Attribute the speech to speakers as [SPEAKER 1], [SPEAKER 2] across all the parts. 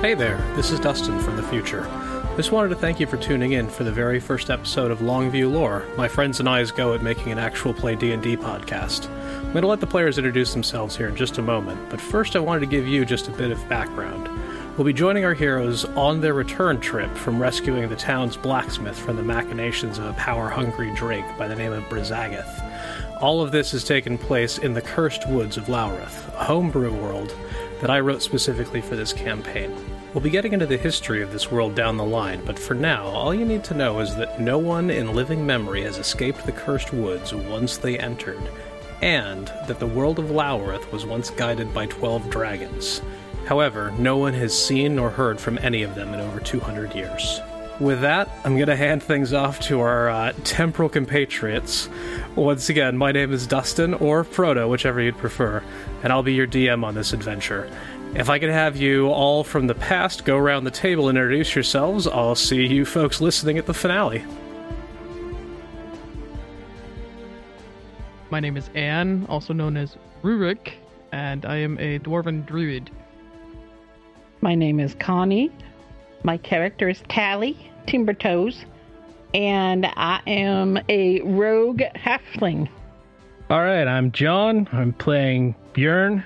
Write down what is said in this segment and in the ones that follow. [SPEAKER 1] Hey there, this is Dustin from the future. Just wanted to thank you for tuning in for the very first episode of Longview Lore, my friends and I's go at making an actual play D&D podcast. I'm going to let the players introduce themselves here in just a moment, but first I wanted to give you just a bit of background. We'll be joining our heroes on their return trip from rescuing the town's blacksmith from the machinations of a power-hungry drake by the name of Brizagath. All of this has taken place in the cursed woods of Lowrith, a homebrew world that I wrote specifically for this campaign. We'll be getting into the history of this world down the line, but for now, all you need to know is that no one in living memory has escaped the cursed woods once they entered, and that the world of Lowrith was once guided by 12 dragons. However, no one has seen or heard from any of them in over 200 years. With that, I'm going to hand things off to our uh, temporal compatriots. Once again, my name is Dustin, or Frodo, whichever you'd prefer, and I'll be your DM on this adventure. If I could have you all from the past go around the table and introduce yourselves, I'll see you folks listening at the finale.
[SPEAKER 2] My name is Anne, also known as Rurik, and I am a dwarven druid.
[SPEAKER 3] My name is Connie. My character is Tally Timbertoes, and I am a rogue halfling.
[SPEAKER 4] All right, I'm John. I'm playing Bjorn,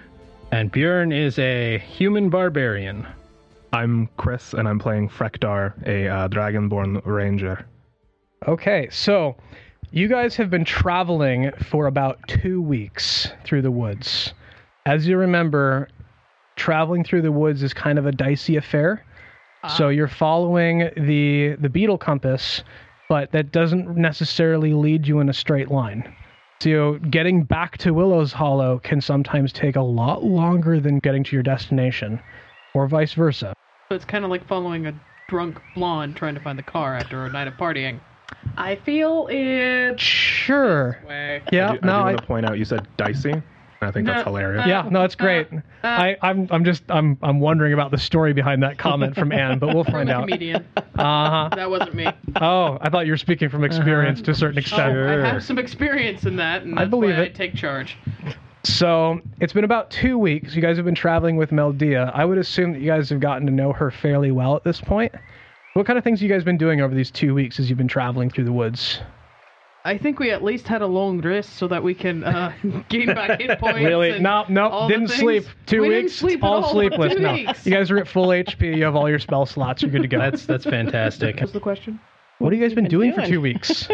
[SPEAKER 4] and Bjorn is a human barbarian.
[SPEAKER 5] I'm Chris, and I'm playing Frektar, a uh, Dragonborn Ranger.
[SPEAKER 1] Okay, so you guys have been traveling for about two weeks through the woods. As you remember, traveling through the woods is kind of a dicey affair. So you're following the the beetle compass, but that doesn't necessarily lead you in a straight line. So getting back to Willow's Hollow can sometimes take a lot longer than getting to your destination, or vice versa.
[SPEAKER 2] So it's kind of like following a drunk blonde trying to find the car after a night of partying. I feel it.
[SPEAKER 1] Sure.
[SPEAKER 2] Way.
[SPEAKER 1] Yeah.
[SPEAKER 5] I do, Oh, I
[SPEAKER 1] no.
[SPEAKER 5] do
[SPEAKER 1] I,
[SPEAKER 5] want to point out you said dicey. and I think
[SPEAKER 2] No,
[SPEAKER 5] that's hilarious.
[SPEAKER 2] uh,
[SPEAKER 1] yeah. No. It's great. I, I'm. I'm just. I'm. I'm wondering about the story behind that comment from Anne, but we'll
[SPEAKER 2] I'm
[SPEAKER 1] find
[SPEAKER 2] a
[SPEAKER 1] out.
[SPEAKER 2] comedian.
[SPEAKER 1] Uh huh.
[SPEAKER 2] That wasn't me.
[SPEAKER 1] Oh, I thought you were speaking from experience to a certain extent.
[SPEAKER 2] I have some experience in that, and
[SPEAKER 1] I
[SPEAKER 2] that's
[SPEAKER 1] believe
[SPEAKER 2] why I
[SPEAKER 1] it.
[SPEAKER 2] take charge.
[SPEAKER 1] So it's been about two weeks. You guys have been traveling with Meldia. I would assume that you guys have gotten to know her fairly well at this point. What kind of things have you guys been doing over these two weeks as you've been traveling through the woods?
[SPEAKER 2] I think we at least had a long rest so that we can uh, gain back hit points.
[SPEAKER 1] Really?
[SPEAKER 2] and
[SPEAKER 1] No, no.
[SPEAKER 2] all the
[SPEAKER 1] Didn't
[SPEAKER 2] things.
[SPEAKER 1] sleep. Two
[SPEAKER 2] We didn't
[SPEAKER 1] weeks.
[SPEAKER 2] sleep at
[SPEAKER 1] all,
[SPEAKER 2] all.
[SPEAKER 1] sleepless.
[SPEAKER 2] Two
[SPEAKER 1] no.
[SPEAKER 2] weeks.
[SPEAKER 1] You guys are at full HP. You have all your spell slots. You're good to go.
[SPEAKER 4] That's that's fantastic.
[SPEAKER 2] What's the question?
[SPEAKER 1] what have you guys been doing, for
[SPEAKER 3] doing?
[SPEAKER 1] two weeks?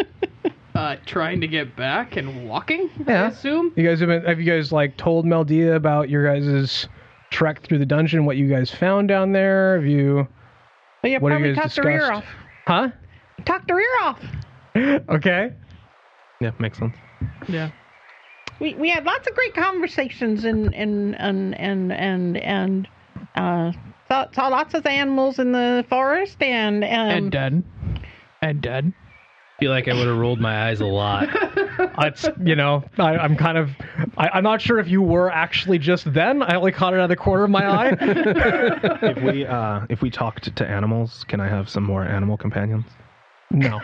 [SPEAKER 2] Uh, trying to get back and walking. I
[SPEAKER 1] Yeah.
[SPEAKER 2] assume.
[SPEAKER 1] you guys have been. Have you guys like told Meldia about your guys' trek through the dungeon? What you guys found down there? Have you?
[SPEAKER 3] Well, you
[SPEAKER 1] What have
[SPEAKER 3] probably
[SPEAKER 1] you guys
[SPEAKER 3] talked her ear
[SPEAKER 1] discussed?
[SPEAKER 3] off.
[SPEAKER 1] Huh?
[SPEAKER 3] Talked her ear off.
[SPEAKER 1] Okay.
[SPEAKER 5] Yeah, makes sense.
[SPEAKER 2] Yeah.
[SPEAKER 3] We, we had lots of great conversations and and and and and and uh, saw, saw lots of animals in the forest and um,
[SPEAKER 2] and
[SPEAKER 1] uh,
[SPEAKER 2] done. And done.
[SPEAKER 4] I feel like I would have rolled my eyes a lot.
[SPEAKER 1] It's you know I, I'm kind of I, I'm not sure if you were actually just then. I only caught it out of the corner of my eye.
[SPEAKER 5] If we uh, if we talked to animals, can I have some more animal companions?
[SPEAKER 1] no,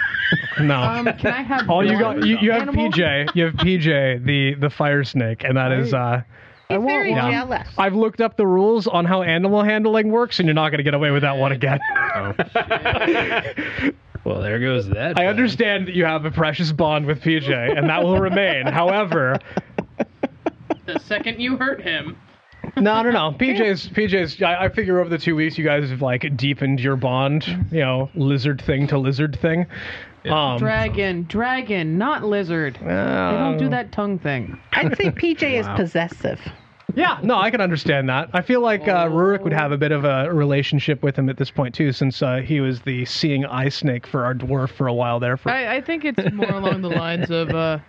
[SPEAKER 1] no.
[SPEAKER 2] Um, can I have
[SPEAKER 1] All you
[SPEAKER 2] one
[SPEAKER 1] got you, you have
[SPEAKER 2] animal?
[SPEAKER 1] PJ. You have PJ the the fire snake, and that is uh.
[SPEAKER 3] he's
[SPEAKER 2] want
[SPEAKER 3] very
[SPEAKER 2] one.
[SPEAKER 3] jealous.
[SPEAKER 1] I've looked up the rules on how animal handling works, and you're not going to get away with that one again.
[SPEAKER 5] Oh,
[SPEAKER 4] Well, there goes that.
[SPEAKER 1] I
[SPEAKER 4] button.
[SPEAKER 1] understand that you have a precious bond with PJ, and that will remain. However,
[SPEAKER 2] The second you hurt him,
[SPEAKER 1] No, no, no. PJ's, PJ's. I, I figure over the two weeks, you guys have like deepened your bond. You know, lizard thing to lizard thing. Um,
[SPEAKER 2] dragon, dragon, not lizard. they don't do that tongue thing.
[SPEAKER 3] I'd say PJ is possessive.
[SPEAKER 1] yeah, no, I can understand that. I feel like uh, Rurik would have a bit of a relationship with him at this point too, since uh, he was the seeing eye snake for our dwarf for a while there. For
[SPEAKER 2] I, I think it's more along the lines of uh,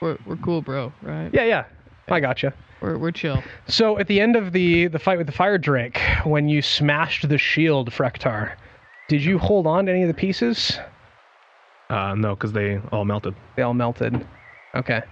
[SPEAKER 2] we're, we're cool, bro, right?
[SPEAKER 1] yeah, yeah, I gotcha.
[SPEAKER 2] We're, we're chill.
[SPEAKER 1] So at the end of the the fight with the fire drake, when you smashed the shield, Frektar, did you hold on to any of the pieces?
[SPEAKER 5] uh, no, because they all melted.
[SPEAKER 1] They all melted. Okay.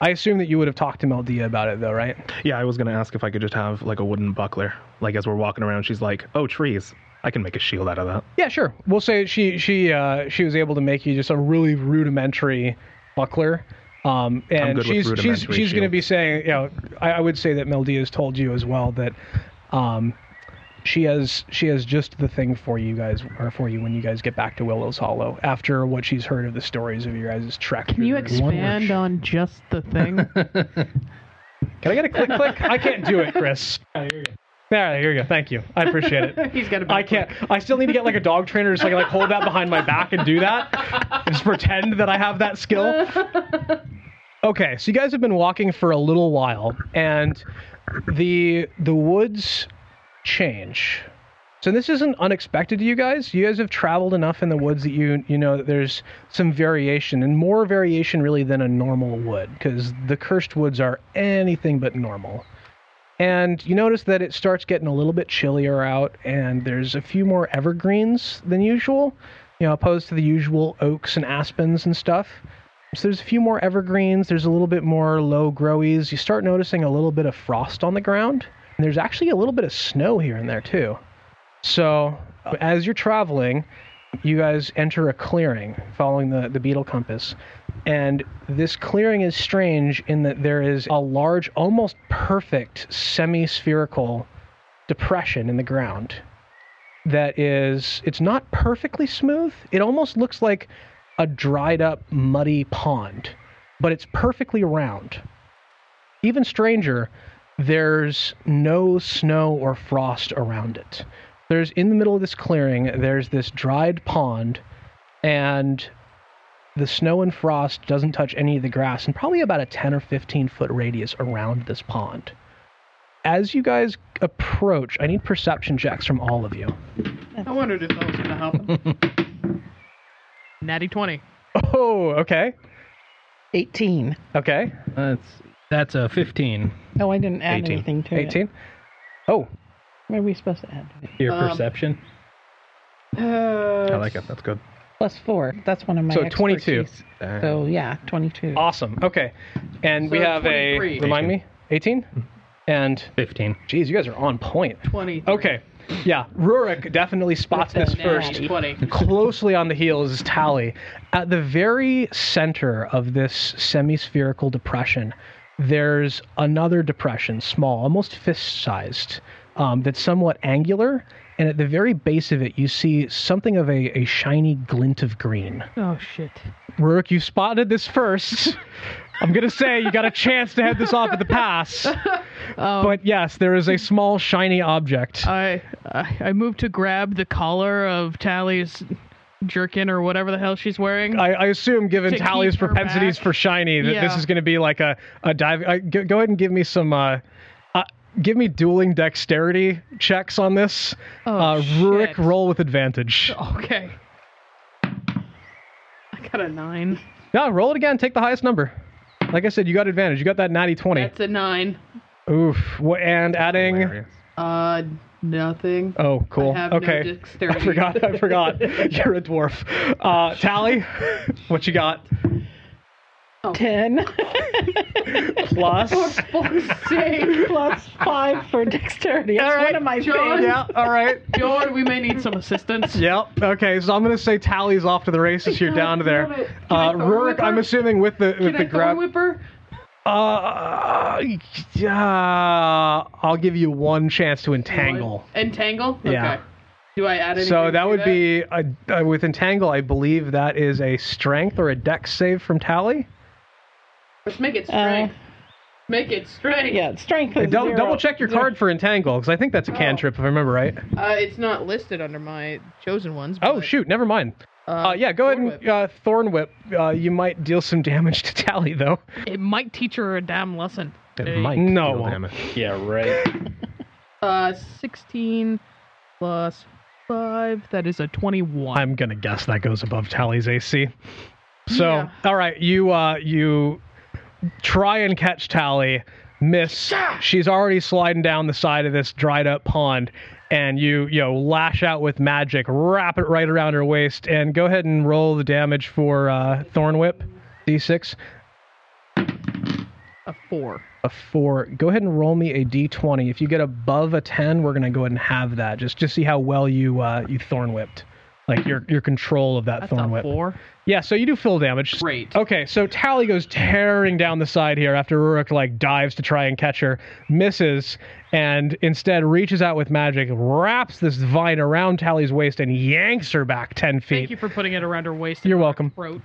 [SPEAKER 1] I assume that you would have talked to Meldia about it, though, right?
[SPEAKER 5] Yeah, I was gonna ask if I could just have like a wooden buckler. Like as we're walking around, she's like, "Oh, trees! I can make a shield out of that."
[SPEAKER 1] Yeah, sure. We'll say she she uh, she was able to make you just a really rudimentary buckler. Um, and
[SPEAKER 5] good with
[SPEAKER 1] she's she's
[SPEAKER 5] rudimentary
[SPEAKER 1] she's going to
[SPEAKER 5] shield.
[SPEAKER 1] be saying, you know, I, I would say that Meldia's told you as well that um, She has she has just the thing for you guys or for you when you guys get back to Willow's Hollow after what she's heard of the stories of your guys' trek.
[SPEAKER 2] Can you expand on just the thing?
[SPEAKER 1] Can I get a click click? I can't do it, Chris. There, here you go. Thank you. I appreciate it.
[SPEAKER 2] He's got a
[SPEAKER 1] I can't. I still need to get like a dog trainer, just like like hold that behind my back and do that. Just pretend that I have that skill. Okay, so you guys have been walking for a little while, and the the woods change. So this isn't unexpected to you guys. You guys have traveled enough in the woods that you you know that there's some variation and more variation really than a normal wood because the cursed woods are anything but normal. And you notice that it starts getting a little bit chillier out, and there's a few more evergreens than usual, you know, opposed to the usual oaks and aspens and stuff. So there's a few more evergreens, there's a little bit more low growies. You start noticing a little bit of frost on the ground, and there's actually a little bit of snow here and there, too. So as you're traveling, you guys enter a clearing following the, the beetle compass. And this clearing is strange in that there is a large, almost perfect semi spherical depression in the ground that is, it's not perfectly smooth. It almost looks like a dried up, muddy pond, but it's perfectly round. Even stranger, there's no snow or frost around it. There's in the middle of this clearing, there's this dried pond, and the snow and frost doesn't touch any of the grass in probably about a 10 or 15 foot radius around this pond. As you guys approach, I need perception checks from all of you.
[SPEAKER 2] I wondered if that was going to happen. Natty 20.
[SPEAKER 1] Oh, okay.
[SPEAKER 3] 18.
[SPEAKER 1] Okay.
[SPEAKER 5] That's that's a 15.
[SPEAKER 3] No, I didn't add
[SPEAKER 6] 18.
[SPEAKER 3] anything to it.
[SPEAKER 1] 18. Oh,
[SPEAKER 3] What are we supposed to add?
[SPEAKER 5] Your
[SPEAKER 2] Um,
[SPEAKER 5] perception.
[SPEAKER 2] Uh,
[SPEAKER 6] I like it. That's good.
[SPEAKER 3] Plus four. That's one of my
[SPEAKER 1] So 22.
[SPEAKER 3] expertise. So yeah, 22.
[SPEAKER 1] awesome. Okay. And we
[SPEAKER 2] So
[SPEAKER 1] have
[SPEAKER 2] 23.
[SPEAKER 1] a remind me 18 and
[SPEAKER 5] 15.
[SPEAKER 1] geez, you guys are on point.
[SPEAKER 2] 20.
[SPEAKER 1] Okay. Yeah, Rurik definitely spots this first.
[SPEAKER 2] 20.
[SPEAKER 1] Closely on the heels is Tally. At the very center of this semi spherical depression, there's another depression, small, almost fist sized, um, that's somewhat angular. And at the very base of it, you see something of a, a shiny glint of green.
[SPEAKER 2] Oh, shit.
[SPEAKER 1] Rurik, you spotted this first. I'm going to say you got a chance to head this off at the pass. but yes, there is a small, shiny object.
[SPEAKER 2] I, I I moved to grab the collar of Tally's jerkin or whatever the hell she's wearing.
[SPEAKER 1] I, I assume, given
[SPEAKER 2] To
[SPEAKER 1] Tally's
[SPEAKER 2] keep her
[SPEAKER 1] propensities
[SPEAKER 2] back.
[SPEAKER 1] for shiny, that this
[SPEAKER 2] Yeah.
[SPEAKER 1] is going to be like a a dive. I, go, go ahead and give me some. Uh, uh, give me dueling dexterity checks on this.
[SPEAKER 2] Oh,
[SPEAKER 1] uh, Rurik,
[SPEAKER 2] shit. Oh.
[SPEAKER 1] roll with advantage.
[SPEAKER 2] okay. I got a 9.
[SPEAKER 1] No, roll it again. Take the highest number. Like I said, you got advantage. You got that natty twenty.
[SPEAKER 2] That's a 9.
[SPEAKER 1] Oof. Wh- And adding.
[SPEAKER 6] Hilarious.
[SPEAKER 2] Uh, nothing.
[SPEAKER 1] Oh, cool.
[SPEAKER 2] I have no
[SPEAKER 1] okay.
[SPEAKER 2] dexterity.
[SPEAKER 1] I forgot. I forgot. You're a dwarf. Uh, Tally, what you got?
[SPEAKER 3] 10
[SPEAKER 1] Plus.
[SPEAKER 2] Fuck's sake.
[SPEAKER 3] plus 5 for dexterity. It's one of my
[SPEAKER 2] John.
[SPEAKER 3] favorite.
[SPEAKER 1] yeah. All right.
[SPEAKER 2] Lord, we may need some assistance.
[SPEAKER 1] Yep. Okay. So I'm gonna say Tally's off to the races here, down to
[SPEAKER 2] Damn
[SPEAKER 1] there.
[SPEAKER 2] it. Can I
[SPEAKER 1] Uh,
[SPEAKER 2] throw a
[SPEAKER 1] Rurik,
[SPEAKER 2] whipper?
[SPEAKER 1] I'm assuming with the with
[SPEAKER 2] Can
[SPEAKER 1] the
[SPEAKER 2] I
[SPEAKER 1] grab.
[SPEAKER 2] throw a whipper?
[SPEAKER 1] Uh, yeah. I'll give you one chance to entangle.
[SPEAKER 2] Entangle? Okay.
[SPEAKER 1] Yeah.
[SPEAKER 2] Do I add anything?
[SPEAKER 1] So that
[SPEAKER 2] to
[SPEAKER 1] would be a, uh, with entangle. I believe that is a strength or a dex save from Tally.
[SPEAKER 2] Let's make it strength. make it strength.
[SPEAKER 3] Uh, Yeah, strength is
[SPEAKER 1] Double,
[SPEAKER 3] zero.
[SPEAKER 1] double check your card for entangle because I think that's a cantrip if I remember right.
[SPEAKER 2] Uh, it's not listed under my chosen ones.
[SPEAKER 1] Oh
[SPEAKER 2] but,
[SPEAKER 1] shoot, never mind. Uh, yeah, go ahead
[SPEAKER 2] Thorn
[SPEAKER 1] and uh, thorn whip. Uh, you might deal some damage to Tally though.
[SPEAKER 2] It might teach her a damn lesson.
[SPEAKER 6] It
[SPEAKER 2] Hey.
[SPEAKER 6] might.
[SPEAKER 1] No.
[SPEAKER 6] deal damage.
[SPEAKER 5] Yeah, right.
[SPEAKER 2] Uh, 16 plus 5. That is a 21.
[SPEAKER 1] I'm gonna guess that goes above Tally's AC. So,
[SPEAKER 2] Yeah.
[SPEAKER 1] all right, you uh, you try and catch Tally, miss. She's already sliding down the side of this dried up pond, and you you know, lash out with magic, wrap it right around her waist, and go ahead and roll the damage for uh, Thorn Whip, D6.
[SPEAKER 2] a 4.
[SPEAKER 1] A four. Go ahead and roll me a D20. If you get above a ten, we're gonna go ahead and have that. Just just see how well you uh, you Thorn Whipped. like your your control of that
[SPEAKER 7] That's
[SPEAKER 1] thorn
[SPEAKER 7] a
[SPEAKER 1] whip.
[SPEAKER 7] four.
[SPEAKER 1] Yeah, so you do full damage.
[SPEAKER 7] Great.
[SPEAKER 1] Okay, so Tally goes tearing down the side here after Rurik like dives to try and catch her, misses, and instead reaches out with magic, wraps this vine around Tally's waist, and yanks her back ten
[SPEAKER 7] Thank you
[SPEAKER 1] feet.
[SPEAKER 7] for putting it around her waist.
[SPEAKER 1] You're welcome.
[SPEAKER 7] Throat.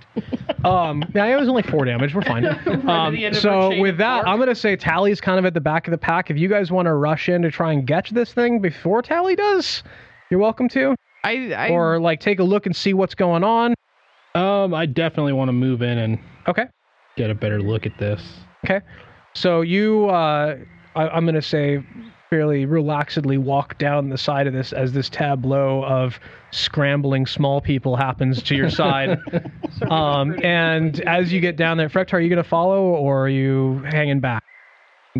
[SPEAKER 1] Um, yeah, it was only four damage. We're fine. Um,
[SPEAKER 7] the end of our
[SPEAKER 1] so
[SPEAKER 7] chain
[SPEAKER 1] with that,
[SPEAKER 7] fork.
[SPEAKER 1] I'm gonna say Tally's kind of at the back of the pack. If you guys want to rush in to try and catch this thing before Tally does, you're welcome to,
[SPEAKER 2] I, I
[SPEAKER 1] or like take a look and see what's going on.
[SPEAKER 8] Um, I definitely want to move in and
[SPEAKER 1] Okay.
[SPEAKER 8] get a better look at this.
[SPEAKER 1] Okay. So you, uh, I, I'm going to say, fairly relaxedly walk down the side of this as this tableau of scrambling small people happens to your side. um, and as you get down there, Frektar, are you going to follow or are you hanging back?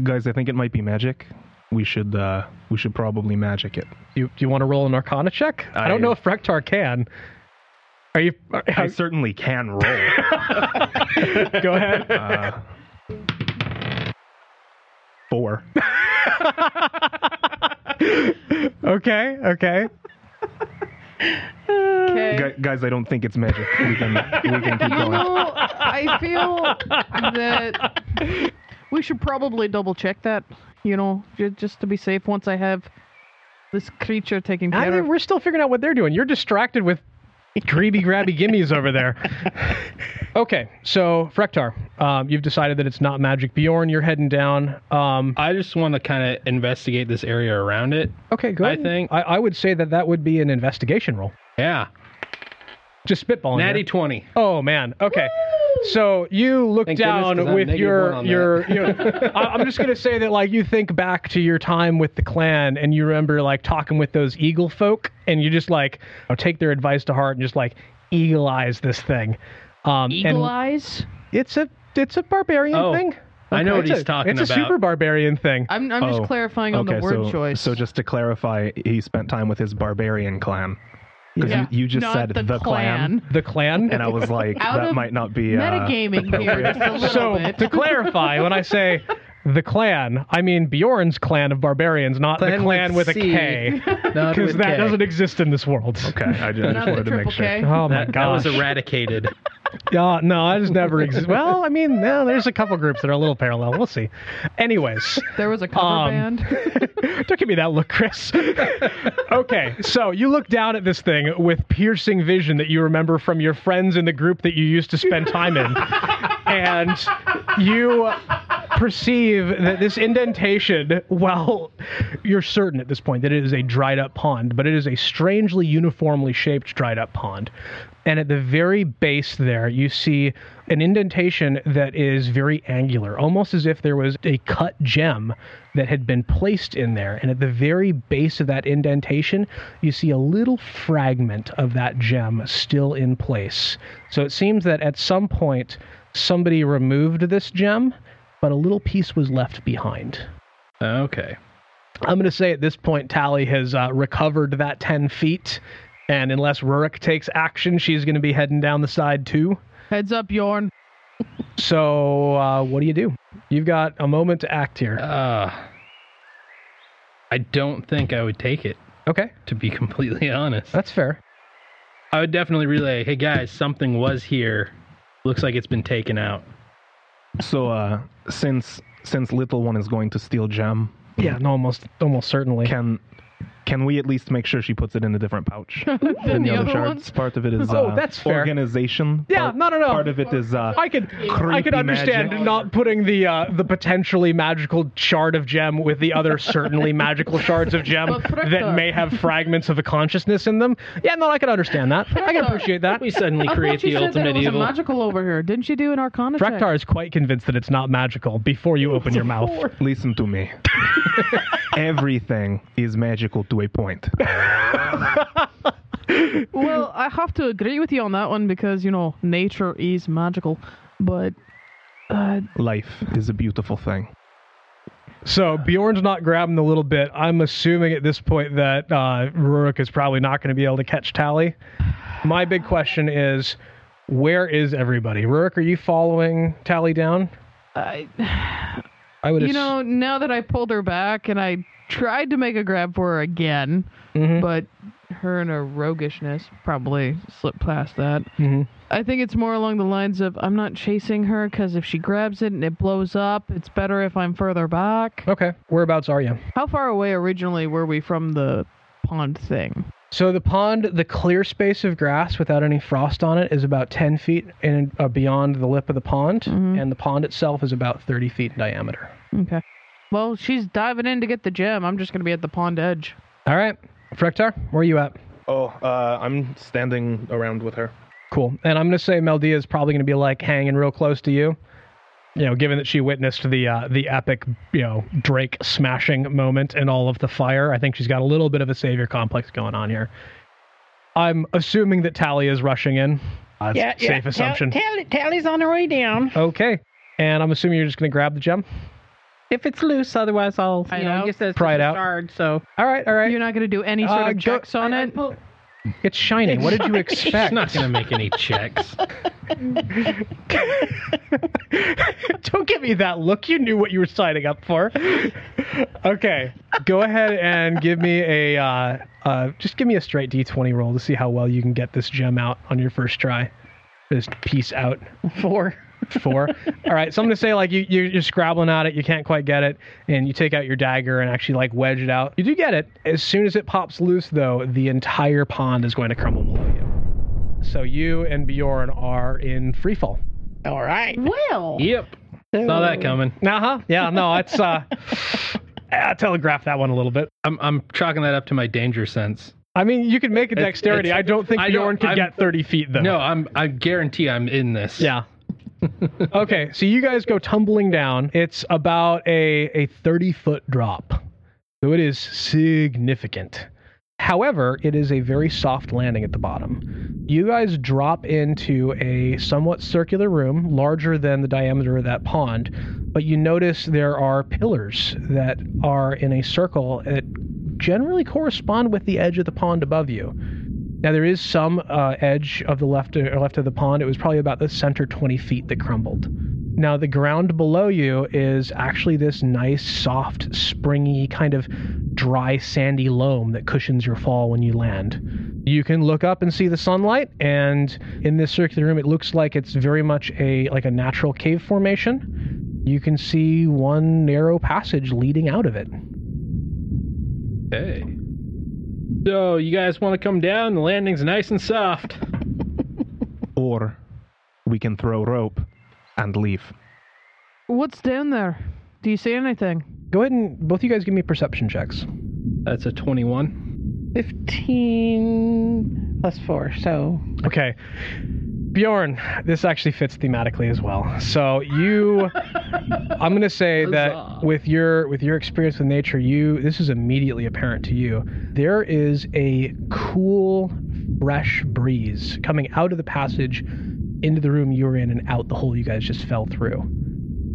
[SPEAKER 5] Guys, I think it might be magic. We should uh we should probably magic it.
[SPEAKER 1] Do you, do you want to roll an Arcana check? I, don't
[SPEAKER 5] I-
[SPEAKER 1] know if Frektar can. Are you? are-
[SPEAKER 5] I certainly can roll.
[SPEAKER 1] go ahead.
[SPEAKER 5] Uh, four.
[SPEAKER 1] okay. Okay.
[SPEAKER 2] okay.
[SPEAKER 5] Gu- guys, I don't think it's magic. We can, we can keep
[SPEAKER 2] You
[SPEAKER 5] going.
[SPEAKER 2] know, I feel that we should probably double check that. You know, ju- just to be safe. Once I have this creature taken
[SPEAKER 1] I
[SPEAKER 2] care
[SPEAKER 1] mean,
[SPEAKER 2] of,
[SPEAKER 1] we're still figuring out what they're doing. You're distracted with greeby grabby gimmies over there. Okay, so Frektar, um, you've decided that it's not magic. Bjorn, you're heading down. Um,
[SPEAKER 8] I just want to kind of investigate this area around it.
[SPEAKER 1] okay, good.
[SPEAKER 8] I think-
[SPEAKER 1] I, I would say that that would be an investigation roll.
[SPEAKER 8] Yeah.
[SPEAKER 1] Just spitballing.
[SPEAKER 8] Natty
[SPEAKER 1] here.
[SPEAKER 8] 20.
[SPEAKER 1] Oh man. Okay. So you look
[SPEAKER 8] Thank goodness, 'cause
[SPEAKER 1] down
[SPEAKER 8] I'm
[SPEAKER 1] with
[SPEAKER 8] negative one
[SPEAKER 1] your
[SPEAKER 8] on
[SPEAKER 1] your,
[SPEAKER 8] that.
[SPEAKER 1] your I, I'm just gonna say that like you think back to your time with the clan and you remember like talking with those eagle folk and you just like you know, take their advice to heart and just like eagle eyes this thing. Um,
[SPEAKER 2] eagle
[SPEAKER 1] and
[SPEAKER 2] eyes.
[SPEAKER 1] it's a it's a barbarian
[SPEAKER 8] Oh,
[SPEAKER 1] thing.
[SPEAKER 8] I know
[SPEAKER 1] Okay.
[SPEAKER 8] what
[SPEAKER 1] It's
[SPEAKER 8] he's
[SPEAKER 1] a-
[SPEAKER 8] talking
[SPEAKER 1] It's a
[SPEAKER 8] about.
[SPEAKER 1] super barbarian thing.
[SPEAKER 2] I'm, I'm
[SPEAKER 5] Oh,
[SPEAKER 2] just clarifying on
[SPEAKER 5] okay,
[SPEAKER 2] the word
[SPEAKER 5] so,
[SPEAKER 2] choice.
[SPEAKER 5] so just to clarify, he spent time with his barbarian clan. Because
[SPEAKER 2] Yeah.
[SPEAKER 5] you, you just
[SPEAKER 2] Not
[SPEAKER 5] said
[SPEAKER 2] the
[SPEAKER 5] clan.
[SPEAKER 2] clan.
[SPEAKER 1] the clan.
[SPEAKER 5] and I was like,
[SPEAKER 2] Out
[SPEAKER 5] that
[SPEAKER 2] of
[SPEAKER 5] might not be. Uh,
[SPEAKER 2] Metagaming here, just a little
[SPEAKER 1] so
[SPEAKER 2] bit.
[SPEAKER 1] to clarify, when I say the clan, I mean Bjorn's clan of barbarians, not the clan with, a K.
[SPEAKER 8] Not
[SPEAKER 1] Because
[SPEAKER 8] with
[SPEAKER 1] that
[SPEAKER 8] K.
[SPEAKER 1] doesn't exist in this world.
[SPEAKER 5] okay, I, ju- I just
[SPEAKER 2] Not the
[SPEAKER 5] wanted to make
[SPEAKER 2] triple
[SPEAKER 5] sure.
[SPEAKER 2] K.
[SPEAKER 1] Oh my
[SPEAKER 8] That, that
[SPEAKER 1] gosh.
[SPEAKER 8] was eradicated.
[SPEAKER 1] Yeah, no, I just never exist. well, I mean, no, there's a couple groups that are a little parallel. We'll see. Anyways,
[SPEAKER 2] There was a cover
[SPEAKER 1] Um,
[SPEAKER 2] band.
[SPEAKER 1] don't give me that look, Chris. okay, so you look down at this thing with piercing vision that you remember from your friends in the group that you used to spend time in. and you perceive that this indentation, well, you're certain at this point that it is a dried up pond, but it is a strangely uniformly shaped dried up pond. And at the very base there, you see an indentation that is very angular, almost as if there was a cut gem that had been placed in there. And at the very base of that indentation, you see a little fragment of that gem still in place. So it seems that at some point, somebody removed this gem, but a little piece was left behind.
[SPEAKER 8] Okay.
[SPEAKER 1] I'm going to say at this point, Tally has uh, recovered that 10 feet. And unless Rurik takes action, she's going to be heading down the side too.
[SPEAKER 2] Heads up, Yorn.
[SPEAKER 1] So, uh, what do you do? You've got a moment to act here.
[SPEAKER 8] Uh, I don't think I would take it,
[SPEAKER 1] Okay,
[SPEAKER 8] to be completely honest.
[SPEAKER 1] that's fair.
[SPEAKER 8] I would definitely relay, hey guys, something was here. Looks like it's been taken out.
[SPEAKER 5] So uh, since since little one is going to steal gem,
[SPEAKER 1] Yeah, no, almost, almost certainly.
[SPEAKER 5] can can we at least make sure she puts it in a different pouch than the,
[SPEAKER 2] the
[SPEAKER 5] other
[SPEAKER 2] other
[SPEAKER 5] shards?
[SPEAKER 2] ones?
[SPEAKER 5] Part of it is
[SPEAKER 1] Oh,
[SPEAKER 5] uh,
[SPEAKER 1] that's fair.
[SPEAKER 5] organization.
[SPEAKER 1] Yeah,
[SPEAKER 5] part,
[SPEAKER 1] no, no, no.
[SPEAKER 5] Part of it is uh,
[SPEAKER 1] I could, I could
[SPEAKER 5] Creepy
[SPEAKER 1] understand
[SPEAKER 5] magic.
[SPEAKER 1] not putting the uh, the potentially magical shard of gem with the other certainly magical shards of gem
[SPEAKER 2] But Fractal-
[SPEAKER 1] that may have fragments of a consciousness in them. Yeah, no, I could understand that. I can
[SPEAKER 2] Fractal-
[SPEAKER 1] appreciate that.
[SPEAKER 8] We suddenly
[SPEAKER 2] I
[SPEAKER 8] create
[SPEAKER 2] thought you
[SPEAKER 8] the
[SPEAKER 2] said that
[SPEAKER 8] ultimate
[SPEAKER 2] it was a
[SPEAKER 8] evil.
[SPEAKER 2] magical over here. Didn't you do an Arcana check?
[SPEAKER 1] Frektar is quite convinced that it's not magical before you open your mouth.
[SPEAKER 5] Listen to me. Everything is magical to a point.
[SPEAKER 2] Well, I have to agree with you on that one because you know nature is magical, but uh,
[SPEAKER 5] Life is a beautiful thing.
[SPEAKER 1] So Bjorn's not grabbing the little bit. I'm assuming at this point that uh, Rurik is probably not going to be able to catch Tally. My big question is, where is everybody? Rurik, are you following Tally down?
[SPEAKER 2] I,
[SPEAKER 1] I would.
[SPEAKER 2] you
[SPEAKER 1] ass-
[SPEAKER 2] know
[SPEAKER 8] Mm-hmm.
[SPEAKER 2] now that I pulled her back and I tried to make a grab for her again, but her and her roguishness probably slipped past that.
[SPEAKER 8] Mm-hmm.
[SPEAKER 1] Mhm.
[SPEAKER 2] I think it's more along the lines of I'm not chasing her because if she grabs it and it blows up, it's better if I'm further back.
[SPEAKER 1] Okay. Whereabouts are you?
[SPEAKER 2] How far away originally were we from the pond thing?
[SPEAKER 1] So the pond, the clear space of grass without any frost on it, is about ten feet in, uh, beyond the lip of the pond, and the pond itself is about thirty feet in diameter.
[SPEAKER 2] Okay. Well, she's diving in to get the gem. I'm just gonna be at the pond edge.
[SPEAKER 1] All right, Frektar, where are you at?
[SPEAKER 5] Oh, uh, I'm standing around with her.
[SPEAKER 1] Cool. And I'm gonna say Meldia is probably gonna be like hanging real close to you. You know, given that she witnessed the uh, the epic, you know, Drake smashing moment and all of the fire, I think she's got a little bit of a savior complex going on here. I'm assuming that Tally is rushing in. Uh,
[SPEAKER 3] Yeah, yeah.
[SPEAKER 1] safe
[SPEAKER 3] Tell-
[SPEAKER 1] assumption.
[SPEAKER 3] Tally, Tally's on her way down.
[SPEAKER 1] okay. And I'm assuming you're just gonna grab the gem.
[SPEAKER 7] If it's loose, otherwise I'll
[SPEAKER 3] I
[SPEAKER 7] you know,
[SPEAKER 3] know.
[SPEAKER 7] it says
[SPEAKER 1] Pry it out.
[SPEAKER 7] disregard, so
[SPEAKER 1] All right, all right.
[SPEAKER 2] You're not gonna do any sort
[SPEAKER 1] Uh,
[SPEAKER 2] of
[SPEAKER 1] go-
[SPEAKER 2] checks on it.
[SPEAKER 1] It's shiny. What did you
[SPEAKER 8] She's
[SPEAKER 1] expect?
[SPEAKER 8] not going to make any checks.
[SPEAKER 1] Don't give me that look. You knew what you were signing up for. okay, go ahead and give me a uh, uh, just give me a straight d20 roll to see how well you can get this gem out on your first try. This piece out
[SPEAKER 3] Four.
[SPEAKER 1] four. All right, so I'm gonna say like you you're, you're scrabbling at it, you can't quite get it, and you take out your dagger and actually like wedge it out. You do get it. As soon as it pops loose, though, the entire pond is going to crumble below you. So you and Bjorn are in free fall.
[SPEAKER 3] All right.
[SPEAKER 7] Well
[SPEAKER 8] Yep. Saw that coming.
[SPEAKER 1] Uh huh. Yeah. No, it's uh, I telegraphed that one a little bit.
[SPEAKER 8] I'm, I'm chalking that up to my danger sense.
[SPEAKER 1] I mean, you can make a
[SPEAKER 8] It's-
[SPEAKER 1] dexterity.
[SPEAKER 8] it's-
[SPEAKER 1] I don't think
[SPEAKER 8] I don't-
[SPEAKER 1] Bjorn could
[SPEAKER 8] I'm-
[SPEAKER 1] get thirty feet though.
[SPEAKER 8] No, I'm I guarantee I'm in this.
[SPEAKER 1] Yeah. okay, so you guys go tumbling down. It's about a a thirty foot drop, so it is significant. However, it is a very soft landing at the bottom. You guys drop into a somewhat circular room, larger than the diameter of that pond, but you notice there are pillars that are in a circle that generally correspond with the edge of the pond above you. Now there is some uh, edge of the left or left of the pond. It was probably about the center 20 feet that crumbled. Now the ground below you is actually this nice, soft, springy kind of dry, sandy loam that cushions your fall when you land. You can look up and see the sunlight, and in this circular room, it looks like it's very much a like a natural cave formation. You can see one narrow passage leading out of it.
[SPEAKER 8] Hey. So you guys want to come down? The landing's nice and soft.
[SPEAKER 5] Or we can throw rope and leave.
[SPEAKER 2] What's down there? Do you see anything?
[SPEAKER 1] Go ahead and both you guys give me perception checks.
[SPEAKER 8] That's a 21.
[SPEAKER 3] 15 plus four. So
[SPEAKER 1] Okay. Bjorn, this actually fits thematically as well. So you I'm going to say that with your with your experience with nature, you this is immediately apparent to you. There is a cool fresh breeze coming out of the passage into the room you were in and out the hole you guys just fell through.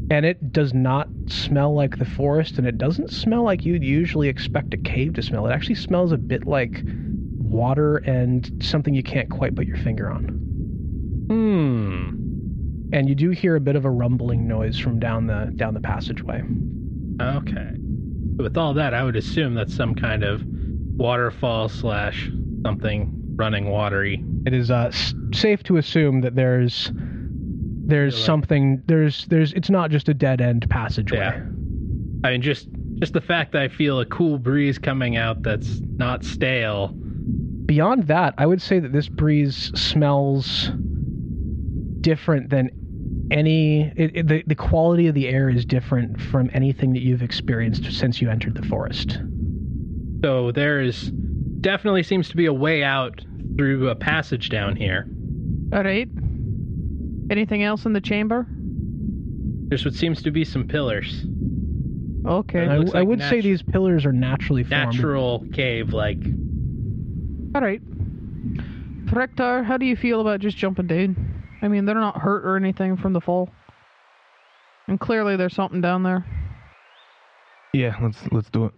[SPEAKER 1] And it does not smell like the forest and it doesn't smell like you'd usually expect a cave to smell. It actually smells a bit like water and something you can't quite put your finger on.
[SPEAKER 8] Hmm.
[SPEAKER 1] And you do hear a bit of a rumbling noise from down the down the passageway.
[SPEAKER 8] Okay. With all that, I would assume that's some kind of waterfall slash something running watery.
[SPEAKER 1] It is uh, s- safe to assume that there's there's
[SPEAKER 8] You're right.
[SPEAKER 1] something there's there's it's not just a dead end passageway.
[SPEAKER 8] Yeah. I mean, just just the fact that I feel a cool breeze coming out that's not stale.
[SPEAKER 1] Beyond that, I would say that this breeze smells different than any it, it- the, the quality of the air is different from anything that you've experienced since you entered the forest.
[SPEAKER 8] So there is definitely seems to be a way out through a passage down here.
[SPEAKER 2] All right. Anything else in the chamber?
[SPEAKER 8] There's what seems to be some pillars.
[SPEAKER 2] Okay.
[SPEAKER 8] It
[SPEAKER 1] I,
[SPEAKER 8] looks
[SPEAKER 1] I
[SPEAKER 8] like
[SPEAKER 1] would say
[SPEAKER 8] natu-
[SPEAKER 1] these pillars are naturally formed.
[SPEAKER 8] Natural cave like.
[SPEAKER 2] All right. Frektar, how do you feel about just jumping down? I mean, they're not hurt or anything from the fall. And clearly there's something down there.
[SPEAKER 5] Yeah, let's let's do it.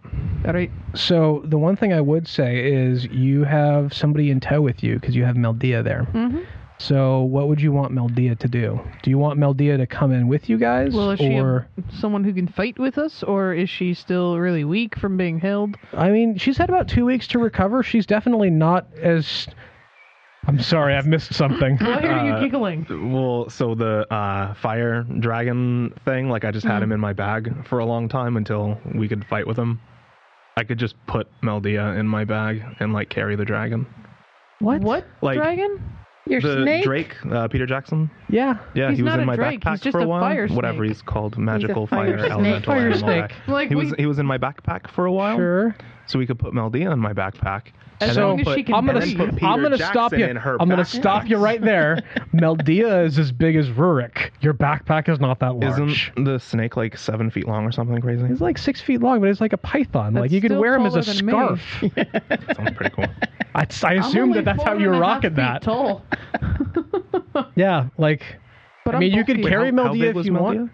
[SPEAKER 2] All right.
[SPEAKER 1] So the one thing I would say is you have somebody in tow with you because you have Meldea there.
[SPEAKER 2] Mm-hmm.
[SPEAKER 1] So, what would you want Meldea to do? Do you want Meldea to come in with you guys,
[SPEAKER 2] Well, is she a-
[SPEAKER 1] or
[SPEAKER 2] Someone who can fight with us, or is she still really weak from being held?
[SPEAKER 1] I mean, she's had about two weeks to recover. She's definitely not as. I'm sorry, I've missed something.
[SPEAKER 2] I hear
[SPEAKER 5] Uh,
[SPEAKER 2] you giggling.
[SPEAKER 5] Well, so the uh, fire dragon thing, like I just had
[SPEAKER 2] Mm-hmm.
[SPEAKER 5] him in my bag for a long time until we could fight with him. I could just put Meldea in my bag and like carry the dragon.
[SPEAKER 2] What?
[SPEAKER 5] Like-
[SPEAKER 2] dragon?
[SPEAKER 3] Your
[SPEAKER 5] the
[SPEAKER 3] snake?
[SPEAKER 5] Drake, uh, Peter Jackson.
[SPEAKER 1] Yeah.
[SPEAKER 5] Yeah,
[SPEAKER 2] He's
[SPEAKER 5] he was
[SPEAKER 2] not
[SPEAKER 5] in
[SPEAKER 2] a
[SPEAKER 5] my
[SPEAKER 2] drake,
[SPEAKER 5] backpack
[SPEAKER 2] he's just
[SPEAKER 5] for a
[SPEAKER 2] a
[SPEAKER 5] while.
[SPEAKER 2] fire
[SPEAKER 5] Whatever
[SPEAKER 2] snake.
[SPEAKER 5] he's called, magical
[SPEAKER 3] fire
[SPEAKER 5] fire,
[SPEAKER 3] snake.
[SPEAKER 5] elemental
[SPEAKER 1] Fire
[SPEAKER 5] animal
[SPEAKER 1] snake.
[SPEAKER 5] guy.
[SPEAKER 2] Like
[SPEAKER 5] he
[SPEAKER 2] we-
[SPEAKER 5] was he was in my backpack for a while,
[SPEAKER 1] Sure.
[SPEAKER 5] so we could put Meldea in my backpack.
[SPEAKER 2] As
[SPEAKER 5] And then
[SPEAKER 2] long
[SPEAKER 5] we
[SPEAKER 2] as
[SPEAKER 5] put-
[SPEAKER 2] she can
[SPEAKER 1] I'm gonna
[SPEAKER 5] and then
[SPEAKER 2] breathe.
[SPEAKER 5] put Peter
[SPEAKER 1] I'm gonna
[SPEAKER 5] Jackson
[SPEAKER 1] stop you.
[SPEAKER 5] in her
[SPEAKER 1] I'm gonna
[SPEAKER 5] backpack.
[SPEAKER 1] stop you right there. Meldea is as big as Rurik. Your backpack is not that large.
[SPEAKER 5] Isn't the snake like seven feet long or something crazy?
[SPEAKER 1] It's like six feet long, but it's like a python. like
[SPEAKER 2] That's
[SPEAKER 1] you could
[SPEAKER 2] still
[SPEAKER 1] wear him as a
[SPEAKER 2] taller than me.
[SPEAKER 1] scarf.
[SPEAKER 5] That sounds pretty cool.
[SPEAKER 1] I, I
[SPEAKER 2] I'm
[SPEAKER 1] assume
[SPEAKER 2] only
[SPEAKER 1] that that's
[SPEAKER 2] four
[SPEAKER 1] how you were
[SPEAKER 2] and a half
[SPEAKER 1] rocking
[SPEAKER 2] feet
[SPEAKER 1] that.
[SPEAKER 2] Tall,
[SPEAKER 1] Yeah, like
[SPEAKER 2] but
[SPEAKER 1] I mean,
[SPEAKER 2] I'm
[SPEAKER 1] you could
[SPEAKER 2] bulky.
[SPEAKER 1] carry
[SPEAKER 5] how- how
[SPEAKER 1] Meldea
[SPEAKER 5] big
[SPEAKER 1] if
[SPEAKER 5] was
[SPEAKER 1] you
[SPEAKER 5] Meldea?
[SPEAKER 1] want.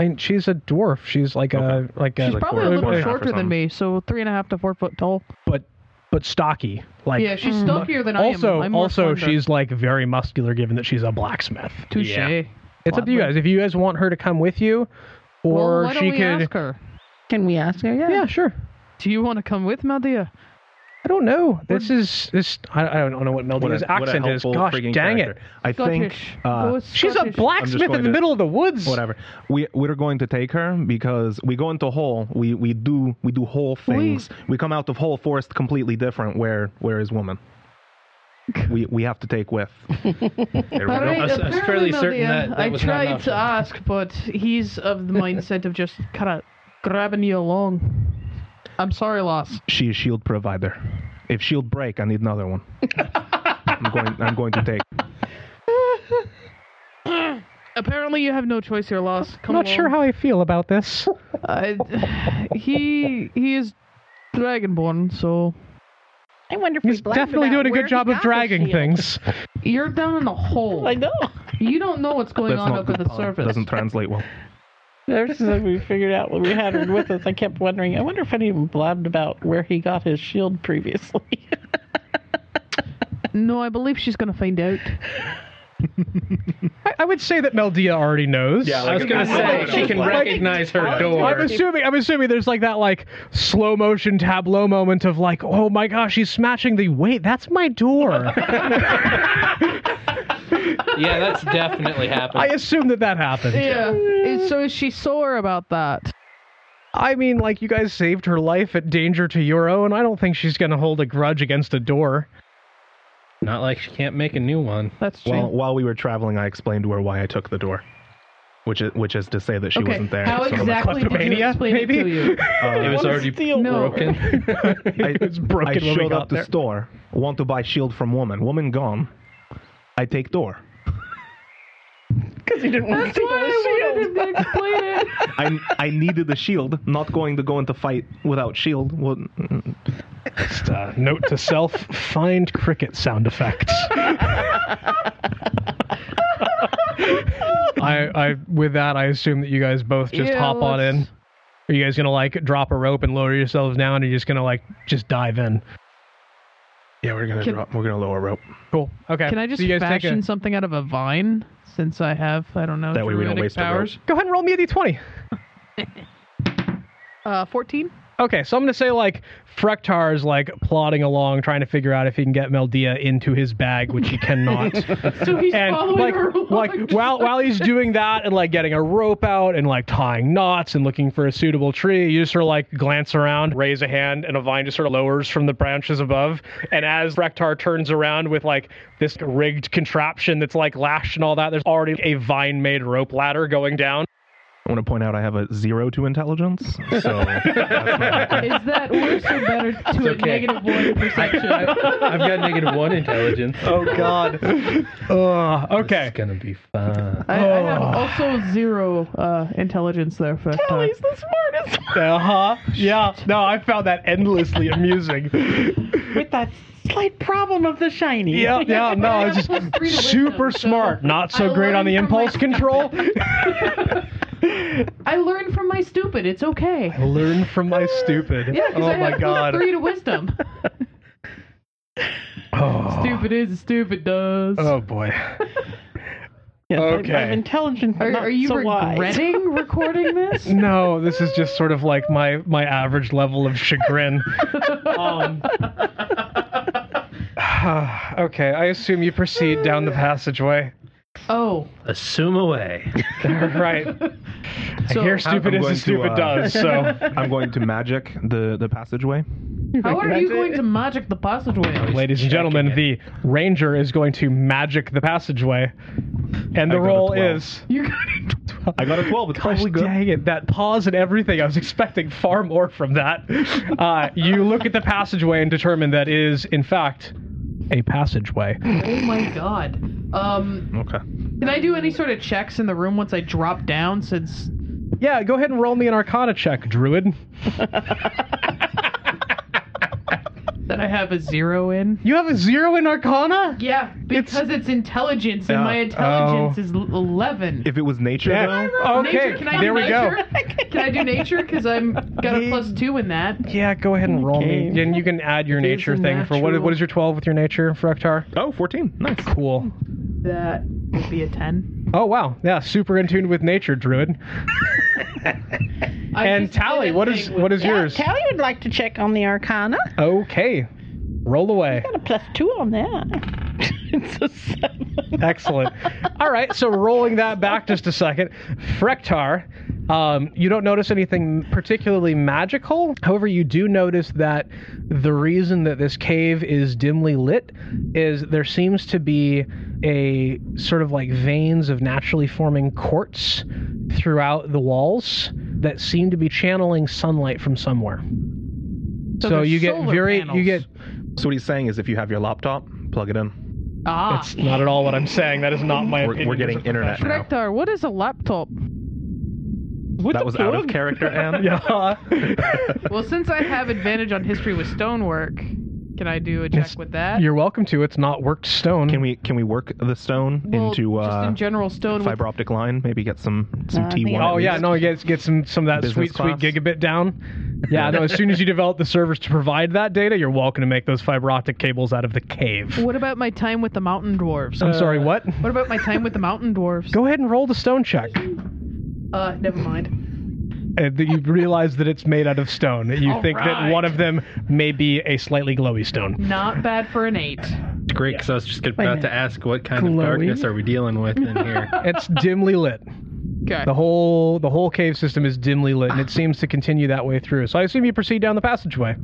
[SPEAKER 1] I mean, she's a dwarf. She's like
[SPEAKER 5] Okay.
[SPEAKER 1] a like a
[SPEAKER 2] She's
[SPEAKER 5] like
[SPEAKER 2] probably
[SPEAKER 5] four-
[SPEAKER 2] a
[SPEAKER 5] four
[SPEAKER 2] little
[SPEAKER 5] and a half or
[SPEAKER 2] shorter than
[SPEAKER 5] something.
[SPEAKER 2] me, so three and a half to four foot tall.
[SPEAKER 1] but but stocky. Like
[SPEAKER 2] yeah, she's stockier than I am.
[SPEAKER 1] Hmm. also
[SPEAKER 2] I'm more
[SPEAKER 1] also
[SPEAKER 2] slender.
[SPEAKER 1] she's like very muscular given that she's a blacksmith.
[SPEAKER 2] touche.
[SPEAKER 5] Yeah.
[SPEAKER 1] It's up to you guys if you guys want her to come with you, or
[SPEAKER 2] well, why don't
[SPEAKER 1] she
[SPEAKER 2] we
[SPEAKER 1] could.
[SPEAKER 2] ask her?
[SPEAKER 3] Can we ask her? Yeah.
[SPEAKER 1] Yeah, sure.
[SPEAKER 2] Do you want to come with Meldea?
[SPEAKER 1] I don't know. This is this. I, I don't know what Meldea's accent is.
[SPEAKER 5] helpful
[SPEAKER 1] Gosh,
[SPEAKER 5] friggin'
[SPEAKER 1] dang
[SPEAKER 5] character.
[SPEAKER 1] it!
[SPEAKER 5] I think
[SPEAKER 2] Scottish. Go
[SPEAKER 5] uh,
[SPEAKER 2] with
[SPEAKER 1] She's a
[SPEAKER 2] Scottish.
[SPEAKER 1] blacksmith in
[SPEAKER 5] going
[SPEAKER 1] the
[SPEAKER 5] to-
[SPEAKER 1] middle of the woods.
[SPEAKER 5] whatever. We we're going to take her because we go into whole. We we do we do whole things. We, come out of whole forest completely different. Where where is woman? We we have to take with. There we
[SPEAKER 2] All
[SPEAKER 5] go.
[SPEAKER 2] right,
[SPEAKER 4] I was- I was
[SPEAKER 2] apparently
[SPEAKER 4] fairly certain
[SPEAKER 2] Meldea-
[SPEAKER 4] that- that
[SPEAKER 2] I
[SPEAKER 4] was not an
[SPEAKER 2] tried to
[SPEAKER 4] option.
[SPEAKER 2] ask, but he's of the mindset of just kind of grabbing you along. I'm sorry, Loss.
[SPEAKER 5] She is shield provider. If shield break, I need another one. I'm going. I'm going to take.
[SPEAKER 2] Apparently, you have no choice here, Loss.
[SPEAKER 1] I'm
[SPEAKER 2] Come
[SPEAKER 1] not sure
[SPEAKER 2] along.
[SPEAKER 1] how I feel about this.
[SPEAKER 2] I, he he is dragonborn, so
[SPEAKER 3] I wonder if
[SPEAKER 1] He's
[SPEAKER 3] we blabbed
[SPEAKER 1] definitely
[SPEAKER 3] about
[SPEAKER 1] doing a
[SPEAKER 3] where
[SPEAKER 1] good
[SPEAKER 3] he
[SPEAKER 1] job of
[SPEAKER 3] got the
[SPEAKER 1] dragging
[SPEAKER 3] shield.
[SPEAKER 1] things.
[SPEAKER 2] you're down in the hole.
[SPEAKER 3] I know.
[SPEAKER 2] you don't know what's going
[SPEAKER 5] That's
[SPEAKER 2] on
[SPEAKER 5] not
[SPEAKER 2] up at
[SPEAKER 5] good.
[SPEAKER 2] the surface.
[SPEAKER 5] Doesn't translate well.
[SPEAKER 3] Ever since we figured out when we had her with us, I kept wondering. I wonder if anyone blabbed about where he got his shield previously.
[SPEAKER 2] No, I believe she's going to find out.
[SPEAKER 1] I, I would say that Meldea already knows. Yeah,
[SPEAKER 4] I was gonna say she can recognize her
[SPEAKER 1] I'm
[SPEAKER 4] door.
[SPEAKER 1] assuming. I'm assuming there's like that like slow motion tableau moment of like, oh my gosh, he's smashing the wait. That's my door.
[SPEAKER 4] Yeah, that's definitely
[SPEAKER 1] I
[SPEAKER 4] happened.
[SPEAKER 1] assume that that happened.
[SPEAKER 2] Yeah. Is- so is she sore about that?
[SPEAKER 1] I mean, like you guys saved her life at danger to your own. I don't think she's gonna hold a grudge against a door.
[SPEAKER 8] Not like she can't make a new one.
[SPEAKER 2] That's true.
[SPEAKER 5] While while we were traveling, I explained to her why I took the door, which is which is to say that she
[SPEAKER 2] okay.
[SPEAKER 5] wasn't there.
[SPEAKER 2] How
[SPEAKER 5] So I'm like,
[SPEAKER 2] exactly did you
[SPEAKER 1] kleptomania,
[SPEAKER 2] explain it to
[SPEAKER 1] maybe?
[SPEAKER 2] you?
[SPEAKER 5] uh,
[SPEAKER 4] It was already
[SPEAKER 3] Steal.
[SPEAKER 4] broken.
[SPEAKER 5] I,
[SPEAKER 1] It's broken when
[SPEAKER 5] I
[SPEAKER 1] we
[SPEAKER 5] showed
[SPEAKER 1] got
[SPEAKER 5] up to
[SPEAKER 1] there.
[SPEAKER 5] store, want to buy shield from woman. Woman gone. I take door.
[SPEAKER 3] Because he didn't want
[SPEAKER 2] That's
[SPEAKER 3] to
[SPEAKER 2] why I wanted him to explain it.
[SPEAKER 5] I, I needed the shield. Not going to go into fight without shield. Well, mm,
[SPEAKER 1] Just uh, note to self: find cricket sound effects. I, I, with that, I assume that you guys both just
[SPEAKER 2] Yeah,
[SPEAKER 1] hop on
[SPEAKER 2] let's-
[SPEAKER 1] in. Are you guys gonna like drop a rope and lower yourselves down, or you just gonna like just dive in?
[SPEAKER 5] yeah, we're gonna
[SPEAKER 2] Can-
[SPEAKER 5] drop. We're gonna lower rope.
[SPEAKER 1] Cool. Okay.
[SPEAKER 2] Can I just
[SPEAKER 1] so you guys take a-
[SPEAKER 2] fashion something out of a vine? Since I have, I don't know,
[SPEAKER 5] That way we don't
[SPEAKER 2] druidic
[SPEAKER 5] waste the
[SPEAKER 2] powers.
[SPEAKER 1] Go ahead and roll me a d20.
[SPEAKER 2] Uh, 14?
[SPEAKER 1] Okay, so I'm gonna say like Frektar is like plodding along, trying to figure out if he can get Meldea into his bag, which he cannot.
[SPEAKER 2] So he's
[SPEAKER 1] and
[SPEAKER 2] following
[SPEAKER 1] like,
[SPEAKER 2] her along.
[SPEAKER 1] like while while he's doing that and like getting a rope out and like tying knots and looking for a suitable tree, you just sort of like glance around, raise a hand, and a vine just sort of lowers from the branches above. And as Rektar turns around with like this rigged contraption that's like lashed and all that, there's already a vine-made rope ladder going down.
[SPEAKER 5] I want to point out I have a zero to intelligence. So
[SPEAKER 2] Is that worse or better to a
[SPEAKER 4] okay.
[SPEAKER 2] negative one perception?
[SPEAKER 4] I, I've got negative one intelligence. Oh
[SPEAKER 1] God. uh, okay.
[SPEAKER 4] It's gonna be fun.
[SPEAKER 2] I, I have also zero uh, intelligence there. For
[SPEAKER 3] He's the smartest
[SPEAKER 1] Uh huh. Yeah. No, I found that endlessly amusing.
[SPEAKER 3] with that slight problem of the shiny.
[SPEAKER 1] Yeah, yeah. No, it's
[SPEAKER 2] three to
[SPEAKER 1] just
[SPEAKER 2] wisdom,
[SPEAKER 1] super
[SPEAKER 2] so
[SPEAKER 1] smart. Not so
[SPEAKER 2] I
[SPEAKER 1] great on
[SPEAKER 2] learned
[SPEAKER 1] the
[SPEAKER 2] from
[SPEAKER 1] impulse
[SPEAKER 2] my-
[SPEAKER 1] control.
[SPEAKER 2] I learned from my stupid. It's okay.
[SPEAKER 1] Learn from my stupid.
[SPEAKER 2] Yeah, because
[SPEAKER 1] oh
[SPEAKER 2] I
[SPEAKER 1] my
[SPEAKER 2] have plus
[SPEAKER 1] god.
[SPEAKER 2] three to wisdom.
[SPEAKER 1] Oh,
[SPEAKER 2] Stupid is as stupid does.
[SPEAKER 1] oh boy.
[SPEAKER 3] Yes,
[SPEAKER 1] Okay.
[SPEAKER 3] I, am intelligent, but
[SPEAKER 2] are,
[SPEAKER 3] not
[SPEAKER 2] are you
[SPEAKER 3] so wise.
[SPEAKER 2] regretting recording this?
[SPEAKER 1] No, this is just sort of like my my average level of chagrin. um, okay, I assume you proceed down the passageway.
[SPEAKER 2] Oh,
[SPEAKER 8] Assume away.
[SPEAKER 1] right.
[SPEAKER 2] So-
[SPEAKER 1] I hear stupid
[SPEAKER 5] I'm
[SPEAKER 1] is
[SPEAKER 5] going
[SPEAKER 1] as
[SPEAKER 5] to,
[SPEAKER 1] stupid
[SPEAKER 5] uh,
[SPEAKER 1] does. So,
[SPEAKER 5] I'm going to magic the, the passageway.
[SPEAKER 2] how are you going to magic the passageway?
[SPEAKER 1] ladies and gentlemen, the ranger is going to magic the passageway, and the
[SPEAKER 5] got a
[SPEAKER 1] roll
[SPEAKER 5] 12.
[SPEAKER 1] is.
[SPEAKER 2] You're going to
[SPEAKER 5] I got a 12. It's probably good.
[SPEAKER 1] Dang it, that pause and everything. I was expecting far more from that. Uh, you look at the passageway and determine that is, in fact, a passageway.
[SPEAKER 2] Oh my god. Um,
[SPEAKER 5] Okay.
[SPEAKER 2] can I do any sort of checks in the room once I drop down? Since
[SPEAKER 1] Yeah, go ahead and roll me an arcana check, druid.
[SPEAKER 2] that I have a zero in.
[SPEAKER 1] You have a zero in arcana?
[SPEAKER 2] Yeah, because it's, intelligence, and
[SPEAKER 5] Yeah.
[SPEAKER 2] my intelligence
[SPEAKER 1] Oh.
[SPEAKER 2] is l- eleven.
[SPEAKER 5] If it was nature, though,
[SPEAKER 1] Okay,
[SPEAKER 2] nature, can I do
[SPEAKER 1] there we go.
[SPEAKER 2] nature? Can I do nature? Because I'm got a plus two in that.
[SPEAKER 1] Yeah, go ahead and roll me. And you can add your
[SPEAKER 2] It is
[SPEAKER 1] nature
[SPEAKER 2] a
[SPEAKER 1] thing for what,
[SPEAKER 2] natural.
[SPEAKER 1] what is your 12 with your nature, Frektar?
[SPEAKER 5] oh, 14. Nice.
[SPEAKER 1] Cool.
[SPEAKER 2] That would be a ten.
[SPEAKER 1] Oh, wow. Yeah, super in tune with nature, druid.
[SPEAKER 2] I
[SPEAKER 1] And
[SPEAKER 2] just did
[SPEAKER 1] Tally,
[SPEAKER 2] a
[SPEAKER 1] what
[SPEAKER 2] thing
[SPEAKER 1] is
[SPEAKER 2] with-
[SPEAKER 1] what is
[SPEAKER 3] Yeah,
[SPEAKER 1] yours?
[SPEAKER 3] Callie would like to check on the Arcana.
[SPEAKER 1] Okay. Roll away.
[SPEAKER 3] Got a plus two on that. it's a seven.
[SPEAKER 1] Excellent. All right, so rolling that back just a second, Frektar, um, you don't notice anything particularly magical. However, you do notice that the reason that this cave is dimly lit is there seems to be a sort of like veins of naturally forming quartz throughout the walls that seem to be channeling sunlight from somewhere. So,
[SPEAKER 2] there's
[SPEAKER 1] you get
[SPEAKER 2] solar
[SPEAKER 1] very you
[SPEAKER 2] panels.
[SPEAKER 1] get
[SPEAKER 5] So what he's saying is if you have your laptop, plug it in.
[SPEAKER 2] Ah,
[SPEAKER 1] it's not at all what I'm saying. That is not my
[SPEAKER 5] We're,
[SPEAKER 1] opinion
[SPEAKER 5] we're
[SPEAKER 1] as
[SPEAKER 5] getting
[SPEAKER 1] a
[SPEAKER 5] internet now.
[SPEAKER 2] Rektar, what is a laptop?
[SPEAKER 5] That was out of character, Anne.
[SPEAKER 1] Yeah.
[SPEAKER 2] Well, since I have advantage on history with stonework, can I do a check
[SPEAKER 1] It's-
[SPEAKER 2] with that?
[SPEAKER 1] You're welcome to. It's not worked stone.
[SPEAKER 5] Can we can we work the stone
[SPEAKER 2] Well,
[SPEAKER 5] into uh,
[SPEAKER 2] just in general stone with
[SPEAKER 5] fiber optic line? Maybe get some some
[SPEAKER 3] Uh, I think-
[SPEAKER 5] T1.
[SPEAKER 1] Oh
[SPEAKER 5] at
[SPEAKER 1] yeah,
[SPEAKER 5] least?
[SPEAKER 1] no, get get some some of that
[SPEAKER 5] Business
[SPEAKER 1] sweet sweet
[SPEAKER 5] class.
[SPEAKER 1] gigabit down. Yeah, no. As soon as you develop the servers to provide that data, you're welcome to make those fiber optic cables out of the cave.
[SPEAKER 2] What about my time with the mountain dwarves?
[SPEAKER 1] I'm sorry, what?
[SPEAKER 2] What about my time with the mountain dwarves?
[SPEAKER 1] Uh, Go ahead and roll the stone check. Uh,
[SPEAKER 2] Uh, never mind.
[SPEAKER 1] that you realize that it's made out of stone. That you
[SPEAKER 2] All
[SPEAKER 1] think that
[SPEAKER 2] right.
[SPEAKER 1] one of them may be a slightly glowy stone.
[SPEAKER 2] Not bad for an eight.
[SPEAKER 4] It's great because I was just
[SPEAKER 3] Wait a
[SPEAKER 4] about to
[SPEAKER 3] minute.
[SPEAKER 4] ask what kind
[SPEAKER 3] Glowy?
[SPEAKER 4] of darkness are we dealing with in here?
[SPEAKER 1] It's dimly lit.
[SPEAKER 2] Okay.
[SPEAKER 1] The whole the whole cave system is dimly lit, and it seems to continue that way through. So I assume you proceed down the passageway.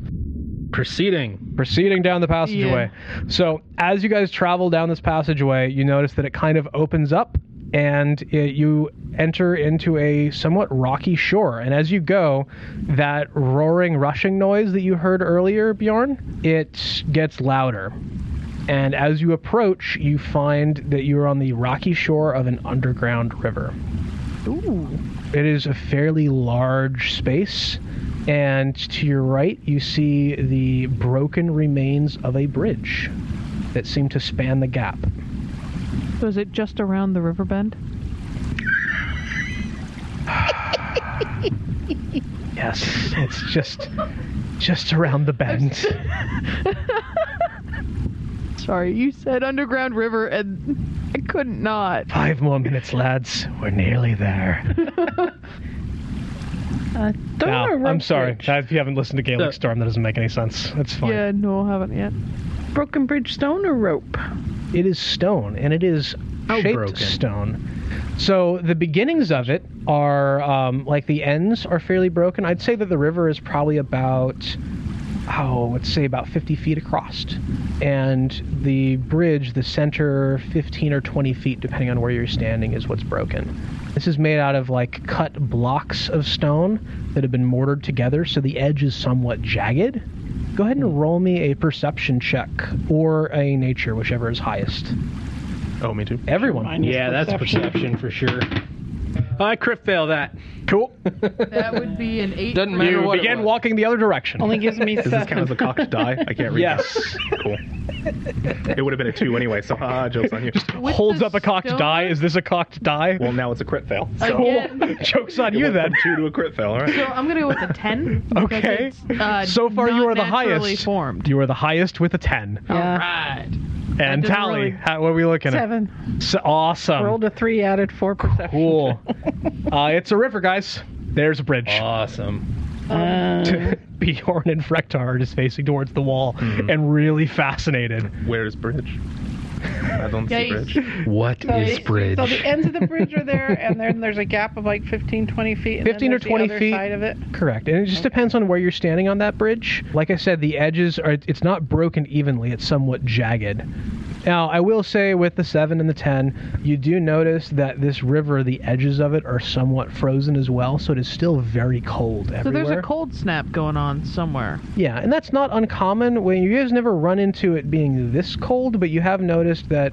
[SPEAKER 4] Proceeding.
[SPEAKER 1] proceeding down the passageway. So as you guys travel down this passageway, you notice that it kind of opens up and it, you enter into a somewhat rocky shore. And as you go, that roaring, rushing noise that you heard earlier, Bjorn, it gets louder. And as you approach, you find that you are on the rocky shore of an underground river. It is a fairly large space, and to your right, you see the broken remains of a bridge that seem to span the gap.
[SPEAKER 2] So is it just around the river bend?
[SPEAKER 1] Yes, it's just just around the bend.
[SPEAKER 2] Sorry, you said underground river, and I couldn't not.
[SPEAKER 1] Five more minutes, lads. We're nearly there.
[SPEAKER 3] Don't
[SPEAKER 1] Now,
[SPEAKER 3] know,
[SPEAKER 1] I'm
[SPEAKER 3] Rogue
[SPEAKER 1] sorry.
[SPEAKER 3] Bridge.
[SPEAKER 1] Uh, If you haven't listened to Gaelic
[SPEAKER 4] Uh,
[SPEAKER 1] Storm, that doesn't make any sense. That's fine.
[SPEAKER 2] Yeah, no, I haven't yet.
[SPEAKER 3] Broken bridge stone or rope?
[SPEAKER 1] It is stone, and it is
[SPEAKER 4] How
[SPEAKER 1] shaped
[SPEAKER 4] broken?
[SPEAKER 1] stone. So the beginnings of it are um, like the ends are fairly broken. I'd say that the river is probably about oh, let's say about 50 feet across, and the bridge, the center 15 or 20 feet, depending on where you're standing, is what's broken. This is made out of like cut blocks of stone that have been mortared together, so the edge is somewhat jagged. Go ahead and roll me a perception check or a nature, whichever is highest.
[SPEAKER 5] Oh, me too.
[SPEAKER 1] Everyone.
[SPEAKER 3] Mine is
[SPEAKER 4] Yeah, that's
[SPEAKER 3] perception.
[SPEAKER 4] perception for sure.
[SPEAKER 1] I crit fail that. Cool.
[SPEAKER 2] That would be an eight.
[SPEAKER 9] Doesn't matter
[SPEAKER 1] you
[SPEAKER 9] what. it
[SPEAKER 1] begin
[SPEAKER 9] was.
[SPEAKER 1] walking the other direction.
[SPEAKER 3] Only gives me
[SPEAKER 5] Does this count as
[SPEAKER 3] seven.
[SPEAKER 5] a cocked die? I can't read
[SPEAKER 1] yes.
[SPEAKER 5] that. Cool. It would have been a two anyway, so ah, joke's on you.
[SPEAKER 2] With
[SPEAKER 1] Holds
[SPEAKER 2] the
[SPEAKER 1] up a cocked
[SPEAKER 2] stone-
[SPEAKER 1] die. Is this a cocked die?
[SPEAKER 5] Well, now it's a crit fail. So
[SPEAKER 2] Again,
[SPEAKER 1] Joke's on
[SPEAKER 5] it
[SPEAKER 1] you
[SPEAKER 5] went
[SPEAKER 1] then.
[SPEAKER 5] from two to a crit fail, all right?
[SPEAKER 2] so um, I'm gonna go with a ten. because
[SPEAKER 1] Okay.
[SPEAKER 2] it's, Uh,
[SPEAKER 1] So far, you
[SPEAKER 2] not
[SPEAKER 1] are the
[SPEAKER 2] naturally
[SPEAKER 1] highest.
[SPEAKER 2] Formed.
[SPEAKER 1] You are the highest with a 10.
[SPEAKER 3] Yeah.
[SPEAKER 9] Right.
[SPEAKER 1] And
[SPEAKER 2] didn't
[SPEAKER 1] Tally,
[SPEAKER 2] really-
[SPEAKER 1] how, what are we looking
[SPEAKER 3] Seven.
[SPEAKER 1] at? S- awesome.
[SPEAKER 3] Rolled a three, added four perception.
[SPEAKER 1] Cool. uh, it's a river, guys. There's a bridge.
[SPEAKER 4] Awesome.
[SPEAKER 3] Uh,
[SPEAKER 1] Mm-hmm. Bjorn and Frektar are just facing towards the wall and really fascinated.
[SPEAKER 5] Where's Bridge? I don't
[SPEAKER 2] Yeah,
[SPEAKER 5] see
[SPEAKER 2] he's-
[SPEAKER 5] Bridge.
[SPEAKER 4] What is bridge?
[SPEAKER 3] So the ends of the bridge are there, and then there's a gap of like 15, 20 feet. And
[SPEAKER 1] 15
[SPEAKER 3] then
[SPEAKER 1] or
[SPEAKER 3] there's
[SPEAKER 1] 20
[SPEAKER 3] the other
[SPEAKER 1] feet.
[SPEAKER 3] Side of it.
[SPEAKER 1] Correct. And it just depends on where you're standing on that bridge. Like I said, the edges are, it's not broken evenly, it's somewhat jagged. Now, I will say with the 7 and the 10, you do notice that this river, the edges of it are somewhat frozen as well, so it is still very cold
[SPEAKER 2] So
[SPEAKER 1] everywhere.
[SPEAKER 2] there's a cold snap going on somewhere.
[SPEAKER 1] Yeah, and that's not uncommon. When you guys never run into it being this cold, but you have noticed that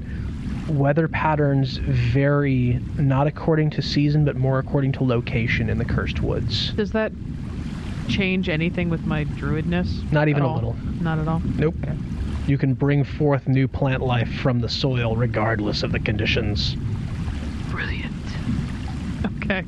[SPEAKER 1] weather patterns vary not according to season, but more according to location in the cursed woods.
[SPEAKER 2] Does that change anything with my druidness?
[SPEAKER 1] Not
[SPEAKER 2] at
[SPEAKER 1] even a
[SPEAKER 2] all?
[SPEAKER 1] little.
[SPEAKER 2] Not at all.
[SPEAKER 1] Nope. You can bring forth new plant life from the soil regardless of the conditions.
[SPEAKER 2] Brilliant. Okay.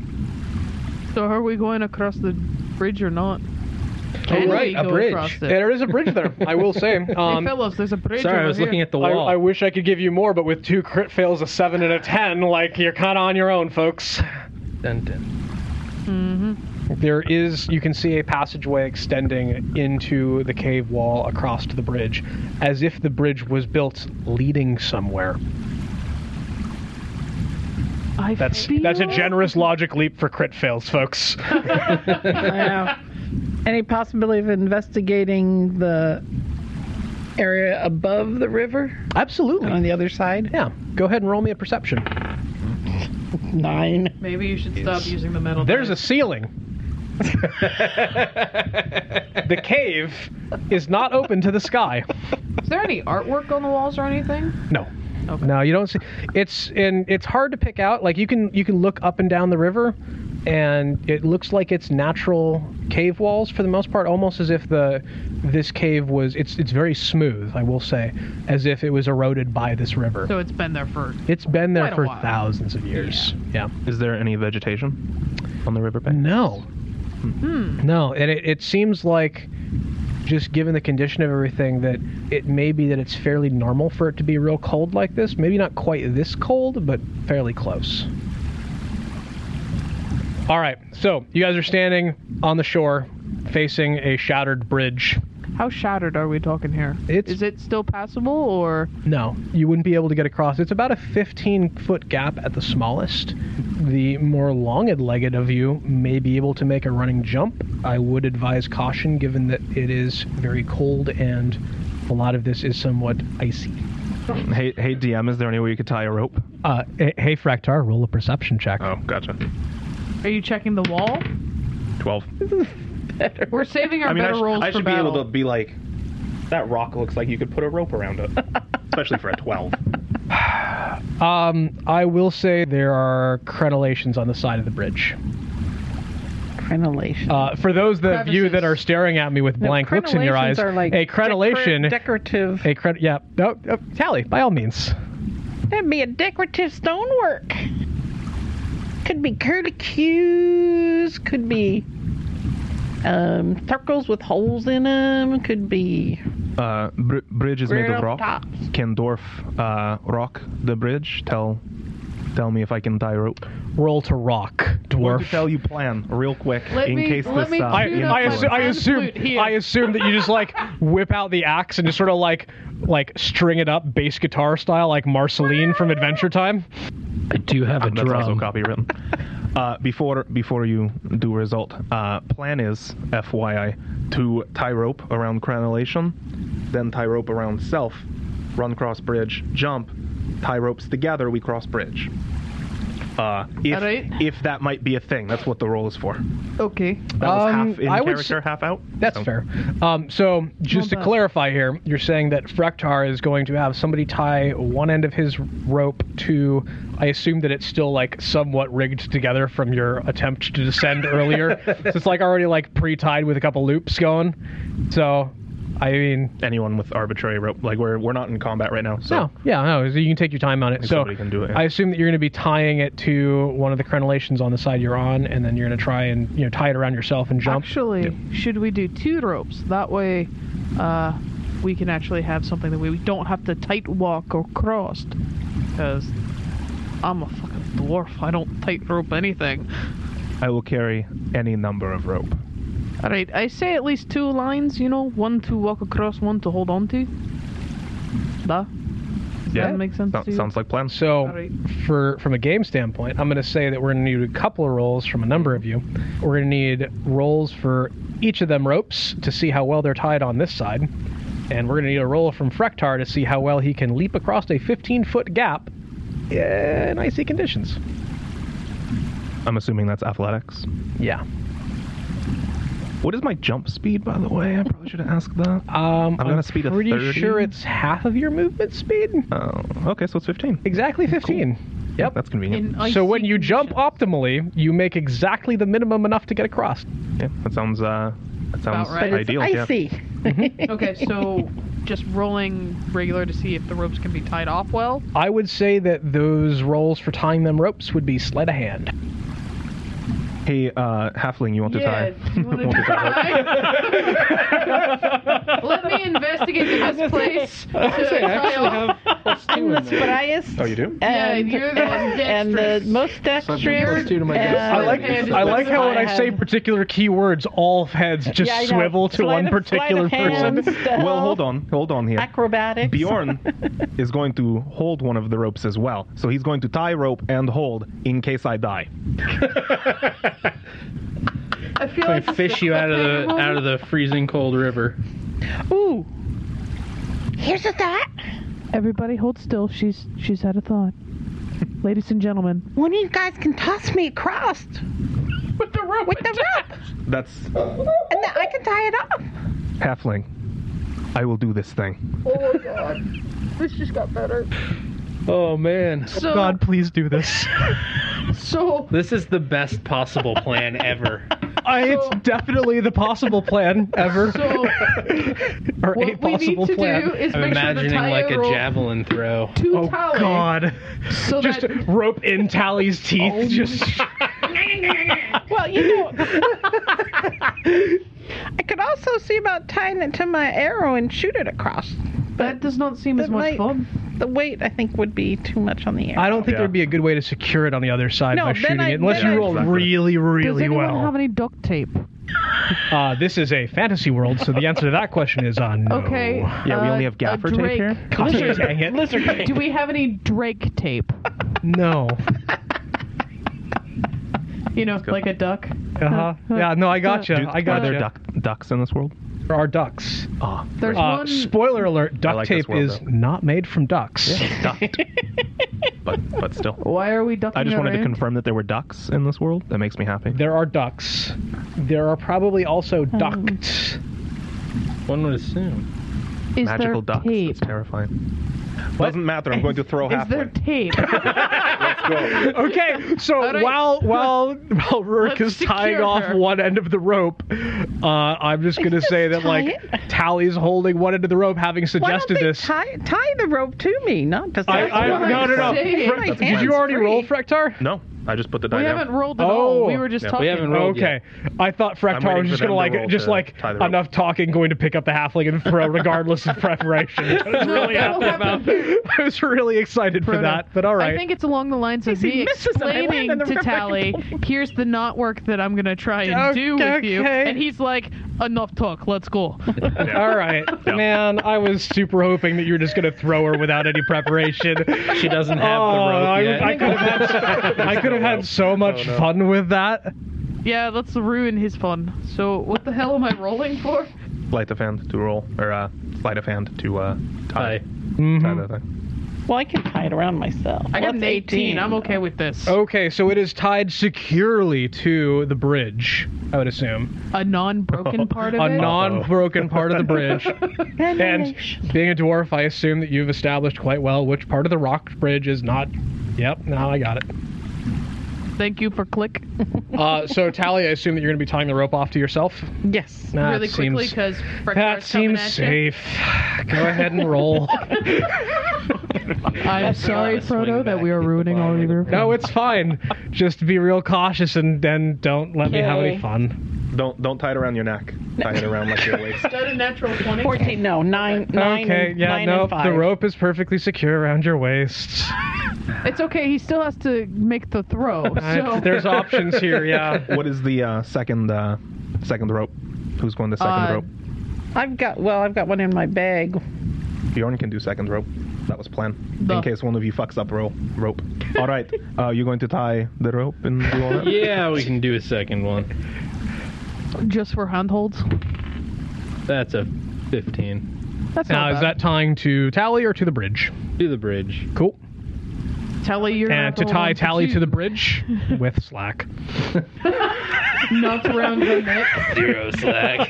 [SPEAKER 2] So are we going across the bridge or not?
[SPEAKER 1] Oh,
[SPEAKER 2] Can
[SPEAKER 4] right,
[SPEAKER 2] we
[SPEAKER 4] a
[SPEAKER 2] go
[SPEAKER 4] bridge.
[SPEAKER 2] across it?
[SPEAKER 1] There is a bridge there, I will say. Um,
[SPEAKER 2] hey, fellas, there's a bridge
[SPEAKER 4] Sorry,
[SPEAKER 2] over
[SPEAKER 4] I was
[SPEAKER 2] here.
[SPEAKER 4] looking at the
[SPEAKER 1] I,
[SPEAKER 4] wall.
[SPEAKER 1] I wish I could give you more, but with two crit fails, a 7 and a 10, like, you're kind of on your own, folks.
[SPEAKER 4] Dun, dun.
[SPEAKER 2] Mm-hmm.
[SPEAKER 1] There is, you can see a passageway extending into the cave wall across to the bridge, as if the bridge was built leading somewhere.
[SPEAKER 2] I
[SPEAKER 1] That's
[SPEAKER 2] feel
[SPEAKER 1] that's a generous logic leap for crit fails, folks.
[SPEAKER 3] Wow. Any possibility of investigating the area above the river
[SPEAKER 1] Absolutely.
[SPEAKER 3] on the other side?
[SPEAKER 1] Yeah. Go ahead and roll me a perception.
[SPEAKER 3] Nine.
[SPEAKER 2] Maybe you should stop using the metal.
[SPEAKER 1] There's a
[SPEAKER 2] dice.
[SPEAKER 1] ceiling. the cave is not open to the sky.
[SPEAKER 2] Is there any artwork on the walls or anything?
[SPEAKER 1] No. No, you don't see. It's and it's hard to pick out. Like you can you can look up and down the river, and it looks like it's natural cave walls for the most part, almost as if the this cave was. It's it's very smooth, I will say, as if it was eroded by this river.
[SPEAKER 2] So it's been there for.
[SPEAKER 1] it's been there
[SPEAKER 2] quite a
[SPEAKER 1] for
[SPEAKER 2] while.
[SPEAKER 1] thousands of years. yeah.
[SPEAKER 5] Is there any vegetation on the riverbank?
[SPEAKER 1] No. No, and it, it seems like, just given the condition of everything, that it may be that it's fairly normal for it to be real cold like this. Maybe not quite this cold, but fairly close. All right, so you guys are standing on the shore facing a shattered bridge.
[SPEAKER 2] How shattered are we talking here?
[SPEAKER 1] It's-
[SPEAKER 2] Is it still passable or?
[SPEAKER 1] No, you wouldn't be able to get across. It's about a 15 foot gap at the smallest. The more longed legged of you may be able to make a running jump. I would advise caution given that it is very cold and a lot of this is somewhat icy.
[SPEAKER 5] Hey, hey, DM, is there any way you could tie a rope?
[SPEAKER 1] Uh, h- hey, Fractar, roll a perception check.
[SPEAKER 5] Oh, gotcha.
[SPEAKER 2] Are you checking the wall?
[SPEAKER 5] 12.
[SPEAKER 2] We're saving our
[SPEAKER 5] I mean, I,
[SPEAKER 2] better
[SPEAKER 5] sh-
[SPEAKER 2] rolls
[SPEAKER 5] I
[SPEAKER 2] for
[SPEAKER 5] should be
[SPEAKER 2] battle.
[SPEAKER 5] able to be like, that rock looks like you could put a rope around it, especially for a 12.
[SPEAKER 1] Um, I will say there are crenellations on the side of the bridge.
[SPEAKER 3] Crenellation.
[SPEAKER 1] Uh, for those of you that
[SPEAKER 2] Crevices.
[SPEAKER 1] are staring at me with blank looks in your eyes,
[SPEAKER 3] Crenellations are like
[SPEAKER 1] a crenellation,
[SPEAKER 3] decor- decorative.
[SPEAKER 1] a cren- yeah, no, no, tally by all means.
[SPEAKER 3] That'd be a decorative stonework. Could be curlicues, could be um, circles with holes in them, could be
[SPEAKER 5] Uh, br- bridge is made
[SPEAKER 3] Right
[SPEAKER 5] of
[SPEAKER 3] up
[SPEAKER 5] rock.
[SPEAKER 3] top.
[SPEAKER 5] Can dwarf uh, rock the bridge? Tell tell me if I can tie a rope.
[SPEAKER 1] roll to rock,
[SPEAKER 5] Or
[SPEAKER 1] dwarf.
[SPEAKER 5] to tell you plan real quick
[SPEAKER 2] Let
[SPEAKER 5] in
[SPEAKER 2] me-
[SPEAKER 5] case
[SPEAKER 2] let
[SPEAKER 5] this.
[SPEAKER 2] me
[SPEAKER 5] uh,
[SPEAKER 1] I,
[SPEAKER 2] Dude,
[SPEAKER 1] I,
[SPEAKER 2] that's
[SPEAKER 1] assu- I
[SPEAKER 2] my
[SPEAKER 1] assume
[SPEAKER 2] flute here.
[SPEAKER 1] I assume that you just like whip out the axe and just sort of like like string it up bass guitar style like Marceline from Adventure Time.
[SPEAKER 4] I do have a
[SPEAKER 5] That's also
[SPEAKER 4] drum.
[SPEAKER 5] copywritten. uh, before before you do result, uh, plan is FYI to tie rope around crenellation, then tie rope around self, run cross bridge, jump, tie ropes together, we cross bridge. Uh, if,
[SPEAKER 2] Alright.
[SPEAKER 5] if that might be a thing, that's what the roll is for.
[SPEAKER 2] Okay.
[SPEAKER 5] That was
[SPEAKER 1] Um,
[SPEAKER 5] half in
[SPEAKER 1] I would
[SPEAKER 5] character, half out.
[SPEAKER 1] That's
[SPEAKER 5] So-
[SPEAKER 1] fair. Um, so, just to
[SPEAKER 2] bad.
[SPEAKER 1] clarify here, you're saying that Frektar is going to have somebody tie one end of his rope to, I assume that it's still like somewhat rigged together from your attempt to descend earlier. So it's like already like pre-tied with a couple loops going. So, I mean,
[SPEAKER 5] Anyone with arbitrary rope, like we're we're not in combat right now. So
[SPEAKER 1] no, yeah, no, so you can take your time on it. So,
[SPEAKER 5] somebody can do it, yeah.
[SPEAKER 1] I assume that you're going to be tying it to one of the crenellations on the side you're on, and then you're going to try and you know tie it around yourself and jump.
[SPEAKER 2] Actually, should we do two ropes? That way, uh, we can actually have something that way we don't have to tight walk or cross. Because I'm a fucking dwarf. I don't tight rope anything.
[SPEAKER 5] I will carry any number of rope.
[SPEAKER 2] All right, I say at least two lines. You know, one to walk across, one to hold on to. Da. Does
[SPEAKER 5] Yeah.
[SPEAKER 2] that make sense
[SPEAKER 5] So-
[SPEAKER 2] to you?
[SPEAKER 5] sounds like plans.
[SPEAKER 1] So,
[SPEAKER 2] Alright.
[SPEAKER 1] for from a game standpoint, I'm going to say that we're going to need a couple of rolls from a number of you. We're going to need rolls for each of them ropes to see how well they're tied on this side, and we're going to need a roll from Frektar to see how well he can leap across a 15 foot gap in icy conditions.
[SPEAKER 5] I'm assuming that's athletics.
[SPEAKER 1] Yeah.
[SPEAKER 5] What is my jump speed, by the way? I probably should have asked that.
[SPEAKER 1] Um,
[SPEAKER 5] I'm gonna speed a
[SPEAKER 1] pretty
[SPEAKER 5] 30.
[SPEAKER 1] sure it's half of your movement speed.
[SPEAKER 5] Oh, okay, so it's 15.
[SPEAKER 1] Exactly 15. Yep.
[SPEAKER 5] That's convenient.
[SPEAKER 2] In icy
[SPEAKER 1] so when you jump
[SPEAKER 2] conditions.
[SPEAKER 1] optimally, you make exactly the minimum enough to get across.
[SPEAKER 5] Yeah, that sounds uh, that sounds
[SPEAKER 2] right. But
[SPEAKER 3] It's
[SPEAKER 5] ideal. yeah.
[SPEAKER 3] icy.
[SPEAKER 7] Mm-hmm.
[SPEAKER 2] okay, so just rolling regular to see if the ropes can be tied off well.
[SPEAKER 1] I would say that those rolls for tying them ropes would be sleight of hand.
[SPEAKER 5] Hey, uh, halfling, you want to tie?
[SPEAKER 7] Yes, you wanna
[SPEAKER 5] Want to tie?
[SPEAKER 7] Let me investigate the best place. to trial.
[SPEAKER 3] I'm the spryest.
[SPEAKER 5] Oh, you do?
[SPEAKER 7] Yeah,
[SPEAKER 3] and,
[SPEAKER 7] you're the most
[SPEAKER 3] and the
[SPEAKER 7] dexterous.
[SPEAKER 3] most dexterous.
[SPEAKER 4] two to my dex.
[SPEAKER 3] and-
[SPEAKER 1] I like
[SPEAKER 7] Hand
[SPEAKER 1] I like how when I
[SPEAKER 3] hand.
[SPEAKER 1] say particular keywords, all heads just
[SPEAKER 3] Yeah, I know.
[SPEAKER 1] swivel to one
[SPEAKER 3] Sleight of- sleight
[SPEAKER 1] particular
[SPEAKER 3] of hand
[SPEAKER 1] person.
[SPEAKER 3] stuff,
[SPEAKER 5] Well, hold on, hold on here.
[SPEAKER 3] Acrobatics.
[SPEAKER 5] Bjorn is going to hold one of the ropes as well, so he's going to tie rope and hold in case I die.
[SPEAKER 7] I feel
[SPEAKER 4] I
[SPEAKER 7] like
[SPEAKER 4] fish you out of the out of the freezing cold river.
[SPEAKER 3] Ooh. Here's a thought.
[SPEAKER 2] Everybody hold still. She's she's had a thought. Ladies and gentlemen,
[SPEAKER 3] One of you guys can toss me across
[SPEAKER 7] with the rope.
[SPEAKER 3] with the rope,
[SPEAKER 5] That's
[SPEAKER 3] and then I can tie it off.
[SPEAKER 5] halfling. I will do this thing.
[SPEAKER 4] Oh man.
[SPEAKER 2] so
[SPEAKER 1] God, please do this.
[SPEAKER 7] So
[SPEAKER 4] This is the best possible plan ever.
[SPEAKER 1] I, it's
[SPEAKER 7] So-
[SPEAKER 1] definitely the possible plan ever,
[SPEAKER 7] so
[SPEAKER 1] or
[SPEAKER 7] what
[SPEAKER 1] a
[SPEAKER 7] we need
[SPEAKER 1] possible
[SPEAKER 7] to
[SPEAKER 1] plan.
[SPEAKER 7] do is
[SPEAKER 4] I'm
[SPEAKER 7] make
[SPEAKER 4] imagining
[SPEAKER 7] sure the
[SPEAKER 4] like a
[SPEAKER 7] rope
[SPEAKER 4] javelin throw.
[SPEAKER 7] to
[SPEAKER 1] Oh
[SPEAKER 7] Tali
[SPEAKER 1] God!
[SPEAKER 7] so
[SPEAKER 1] Just
[SPEAKER 7] that
[SPEAKER 1] rope in Tally's teeth. just
[SPEAKER 3] Well, you know, I could also see about tying it to my arrow and shoot it across.
[SPEAKER 2] that does not seem as
[SPEAKER 3] That
[SPEAKER 2] much
[SPEAKER 3] might-
[SPEAKER 2] fun.
[SPEAKER 3] The weight, I think, would be too much on the arrow.
[SPEAKER 1] I don't think
[SPEAKER 5] Yeah.
[SPEAKER 1] there'd be a good way to secure it on the other side
[SPEAKER 3] No,
[SPEAKER 1] by
[SPEAKER 3] then
[SPEAKER 1] shooting
[SPEAKER 3] I-
[SPEAKER 1] it, unless
[SPEAKER 3] then
[SPEAKER 1] you
[SPEAKER 3] I-
[SPEAKER 1] roll
[SPEAKER 5] Exactly.
[SPEAKER 1] really,
[SPEAKER 2] Does
[SPEAKER 1] really
[SPEAKER 2] anyone
[SPEAKER 1] well.
[SPEAKER 2] have any duct tape?
[SPEAKER 1] Uh, this is a fantasy world, so the answer to that question is on no.
[SPEAKER 2] Okay.
[SPEAKER 5] Yeah, we
[SPEAKER 2] uh,
[SPEAKER 5] only have
[SPEAKER 2] a
[SPEAKER 5] gaffer tape
[SPEAKER 2] Drake.
[SPEAKER 5] here?
[SPEAKER 1] God dang it.
[SPEAKER 2] Do we have any Drake tape?
[SPEAKER 1] No.
[SPEAKER 7] you know like a duck.
[SPEAKER 1] Uh-huh. Yeah, no, I gotcha.
[SPEAKER 5] Do-
[SPEAKER 1] I gotcha.
[SPEAKER 5] Are there duck, ducks in this world?
[SPEAKER 1] There are ducks.
[SPEAKER 5] Ah,
[SPEAKER 2] There's
[SPEAKER 1] Uh,
[SPEAKER 2] one.
[SPEAKER 1] Spoiler alert, duck
[SPEAKER 5] like this
[SPEAKER 1] tape
[SPEAKER 5] world,
[SPEAKER 1] is
[SPEAKER 5] though.
[SPEAKER 1] not made from ducks.
[SPEAKER 5] ducked. but but still,
[SPEAKER 2] Why are we ducking
[SPEAKER 5] I just wanted to
[SPEAKER 2] around?
[SPEAKER 5] confirm that there were ducks in this world. That makes me happy.
[SPEAKER 1] There are ducks. There are probably also ducts.
[SPEAKER 4] One would assume.
[SPEAKER 2] Is
[SPEAKER 5] Magical
[SPEAKER 2] there
[SPEAKER 5] ducks.
[SPEAKER 2] tape?
[SPEAKER 5] It's terrifying. Doesn't matter. I'm going to throw
[SPEAKER 2] Is there
[SPEAKER 5] halfling.
[SPEAKER 2] tape?
[SPEAKER 1] Okay, so
[SPEAKER 2] right.
[SPEAKER 1] while while while Rurik
[SPEAKER 2] Let's
[SPEAKER 1] is tying
[SPEAKER 2] secure
[SPEAKER 1] off
[SPEAKER 2] her.
[SPEAKER 1] one end of the rope, uh, I'm just gonna say that like
[SPEAKER 3] tie
[SPEAKER 1] Tally's holding one end of the rope, having
[SPEAKER 3] Why
[SPEAKER 1] suggested
[SPEAKER 3] don't they
[SPEAKER 1] this.
[SPEAKER 3] tie, tie the rope to me, not just
[SPEAKER 1] I, I,
[SPEAKER 7] what
[SPEAKER 1] no,
[SPEAKER 7] I'm
[SPEAKER 1] no, no.
[SPEAKER 7] saying.
[SPEAKER 1] Fre-
[SPEAKER 3] My
[SPEAKER 1] Did
[SPEAKER 3] hand's
[SPEAKER 1] you already
[SPEAKER 3] free.
[SPEAKER 1] roll, Frektar?
[SPEAKER 5] No, I just put the die
[SPEAKER 2] we
[SPEAKER 5] down.
[SPEAKER 2] haven't rolled at
[SPEAKER 1] Oh.
[SPEAKER 2] all. We were just
[SPEAKER 5] Yeah, we
[SPEAKER 2] talking.
[SPEAKER 4] haven't rolled. Rogue
[SPEAKER 1] Okay, I thought Frektar
[SPEAKER 5] waiting
[SPEAKER 1] was just gonna
[SPEAKER 5] for them to
[SPEAKER 1] like
[SPEAKER 5] roll
[SPEAKER 1] just
[SPEAKER 5] to
[SPEAKER 1] like
[SPEAKER 5] tie the rope.
[SPEAKER 1] enough talking, going to pick up the halfling and throw, regardless of preparation. I was really
[SPEAKER 2] that'll
[SPEAKER 1] happy about. I was really excited for
[SPEAKER 2] Frodo.
[SPEAKER 1] that, but all right.
[SPEAKER 2] I think it's along the lines of
[SPEAKER 3] Casey
[SPEAKER 2] me
[SPEAKER 3] misses and I land
[SPEAKER 2] explaining
[SPEAKER 3] in the
[SPEAKER 2] to
[SPEAKER 3] river.
[SPEAKER 2] Tally, here's the not work that I'm gonna try and do with you,
[SPEAKER 1] Okay.
[SPEAKER 2] and he's like, enough talk, let's
[SPEAKER 1] all
[SPEAKER 2] go.
[SPEAKER 1] right, man. I was super hoping that you were just gonna throw her without any preparation.
[SPEAKER 4] She doesn't have
[SPEAKER 1] Oh,
[SPEAKER 4] the rope yet. Oh,
[SPEAKER 1] I, I could have had, I could have had so much fun with that.
[SPEAKER 2] yeah, let's ruin his fun. So what the hell am I rolling for?
[SPEAKER 5] Sleight of hand to roll, or uh, sleight of hand to uh, tie,
[SPEAKER 4] Hi.
[SPEAKER 1] Mm-hmm.
[SPEAKER 2] Mm-hmm.
[SPEAKER 5] tie the thing.
[SPEAKER 3] Well, I can tie it around myself.
[SPEAKER 7] I got
[SPEAKER 3] Well,
[SPEAKER 7] an
[SPEAKER 3] that's
[SPEAKER 7] 18. I'm okay with this.
[SPEAKER 1] Okay, so it is tied securely to the bridge, I would assume.
[SPEAKER 2] A non-broken part of
[SPEAKER 1] A
[SPEAKER 2] it.
[SPEAKER 1] non broken part of the bridge. and
[SPEAKER 3] Revelation.
[SPEAKER 1] being a dwarf, I assume that you've established quite well which part of the rock bridge is not. Yep, now I got it.
[SPEAKER 2] Thank you for click.
[SPEAKER 1] Uh, so, Tally, I assume that you're going to be tying the rope off to yourself.
[SPEAKER 3] yes.
[SPEAKER 1] Nah,
[SPEAKER 2] really
[SPEAKER 1] it
[SPEAKER 2] quickly
[SPEAKER 1] seems-
[SPEAKER 2] because
[SPEAKER 1] That seems
[SPEAKER 2] at you.
[SPEAKER 1] safe. Go ahead and roll.
[SPEAKER 2] I'm sorry, Frodo, that we are ruining all of your.
[SPEAKER 1] no, it's fine. Just be real cautious and then don't let me have any
[SPEAKER 3] Okay.
[SPEAKER 1] fun.
[SPEAKER 5] Don't don't tie it around your neck. Tie it around like your waist.
[SPEAKER 7] Is that a natural 20?
[SPEAKER 3] 14, no, 9, 9,
[SPEAKER 1] okay,
[SPEAKER 3] and,
[SPEAKER 1] yeah,
[SPEAKER 3] nine
[SPEAKER 1] no,
[SPEAKER 3] and five.
[SPEAKER 1] the rope is perfectly secure around your waist.
[SPEAKER 2] It's okay. He still has to make the throw.
[SPEAKER 1] I-
[SPEAKER 2] So
[SPEAKER 1] There's options here, yeah.
[SPEAKER 5] What is the uh, second uh, second rope? Who's going to second
[SPEAKER 2] Uh,
[SPEAKER 5] rope?
[SPEAKER 3] I've got, well, I've got one in my bag.
[SPEAKER 5] Bjorn can do second rope. That was planned.
[SPEAKER 2] The-
[SPEAKER 5] In case one of you fucks up rope. rope. All right. Uh, you're going to tie the rope and do all that?
[SPEAKER 4] Yeah, we can do a second one.
[SPEAKER 2] just for handholds.
[SPEAKER 4] That's a 15.
[SPEAKER 2] That's
[SPEAKER 1] Now,
[SPEAKER 2] not
[SPEAKER 1] is
[SPEAKER 2] bad.
[SPEAKER 1] that tying to Tally or to the bridge?
[SPEAKER 4] Do the bridge.
[SPEAKER 1] Cool.
[SPEAKER 2] Tally your
[SPEAKER 1] And to tie Tally to the bridge with slack.
[SPEAKER 7] Knots around her neck.
[SPEAKER 4] Zero slack.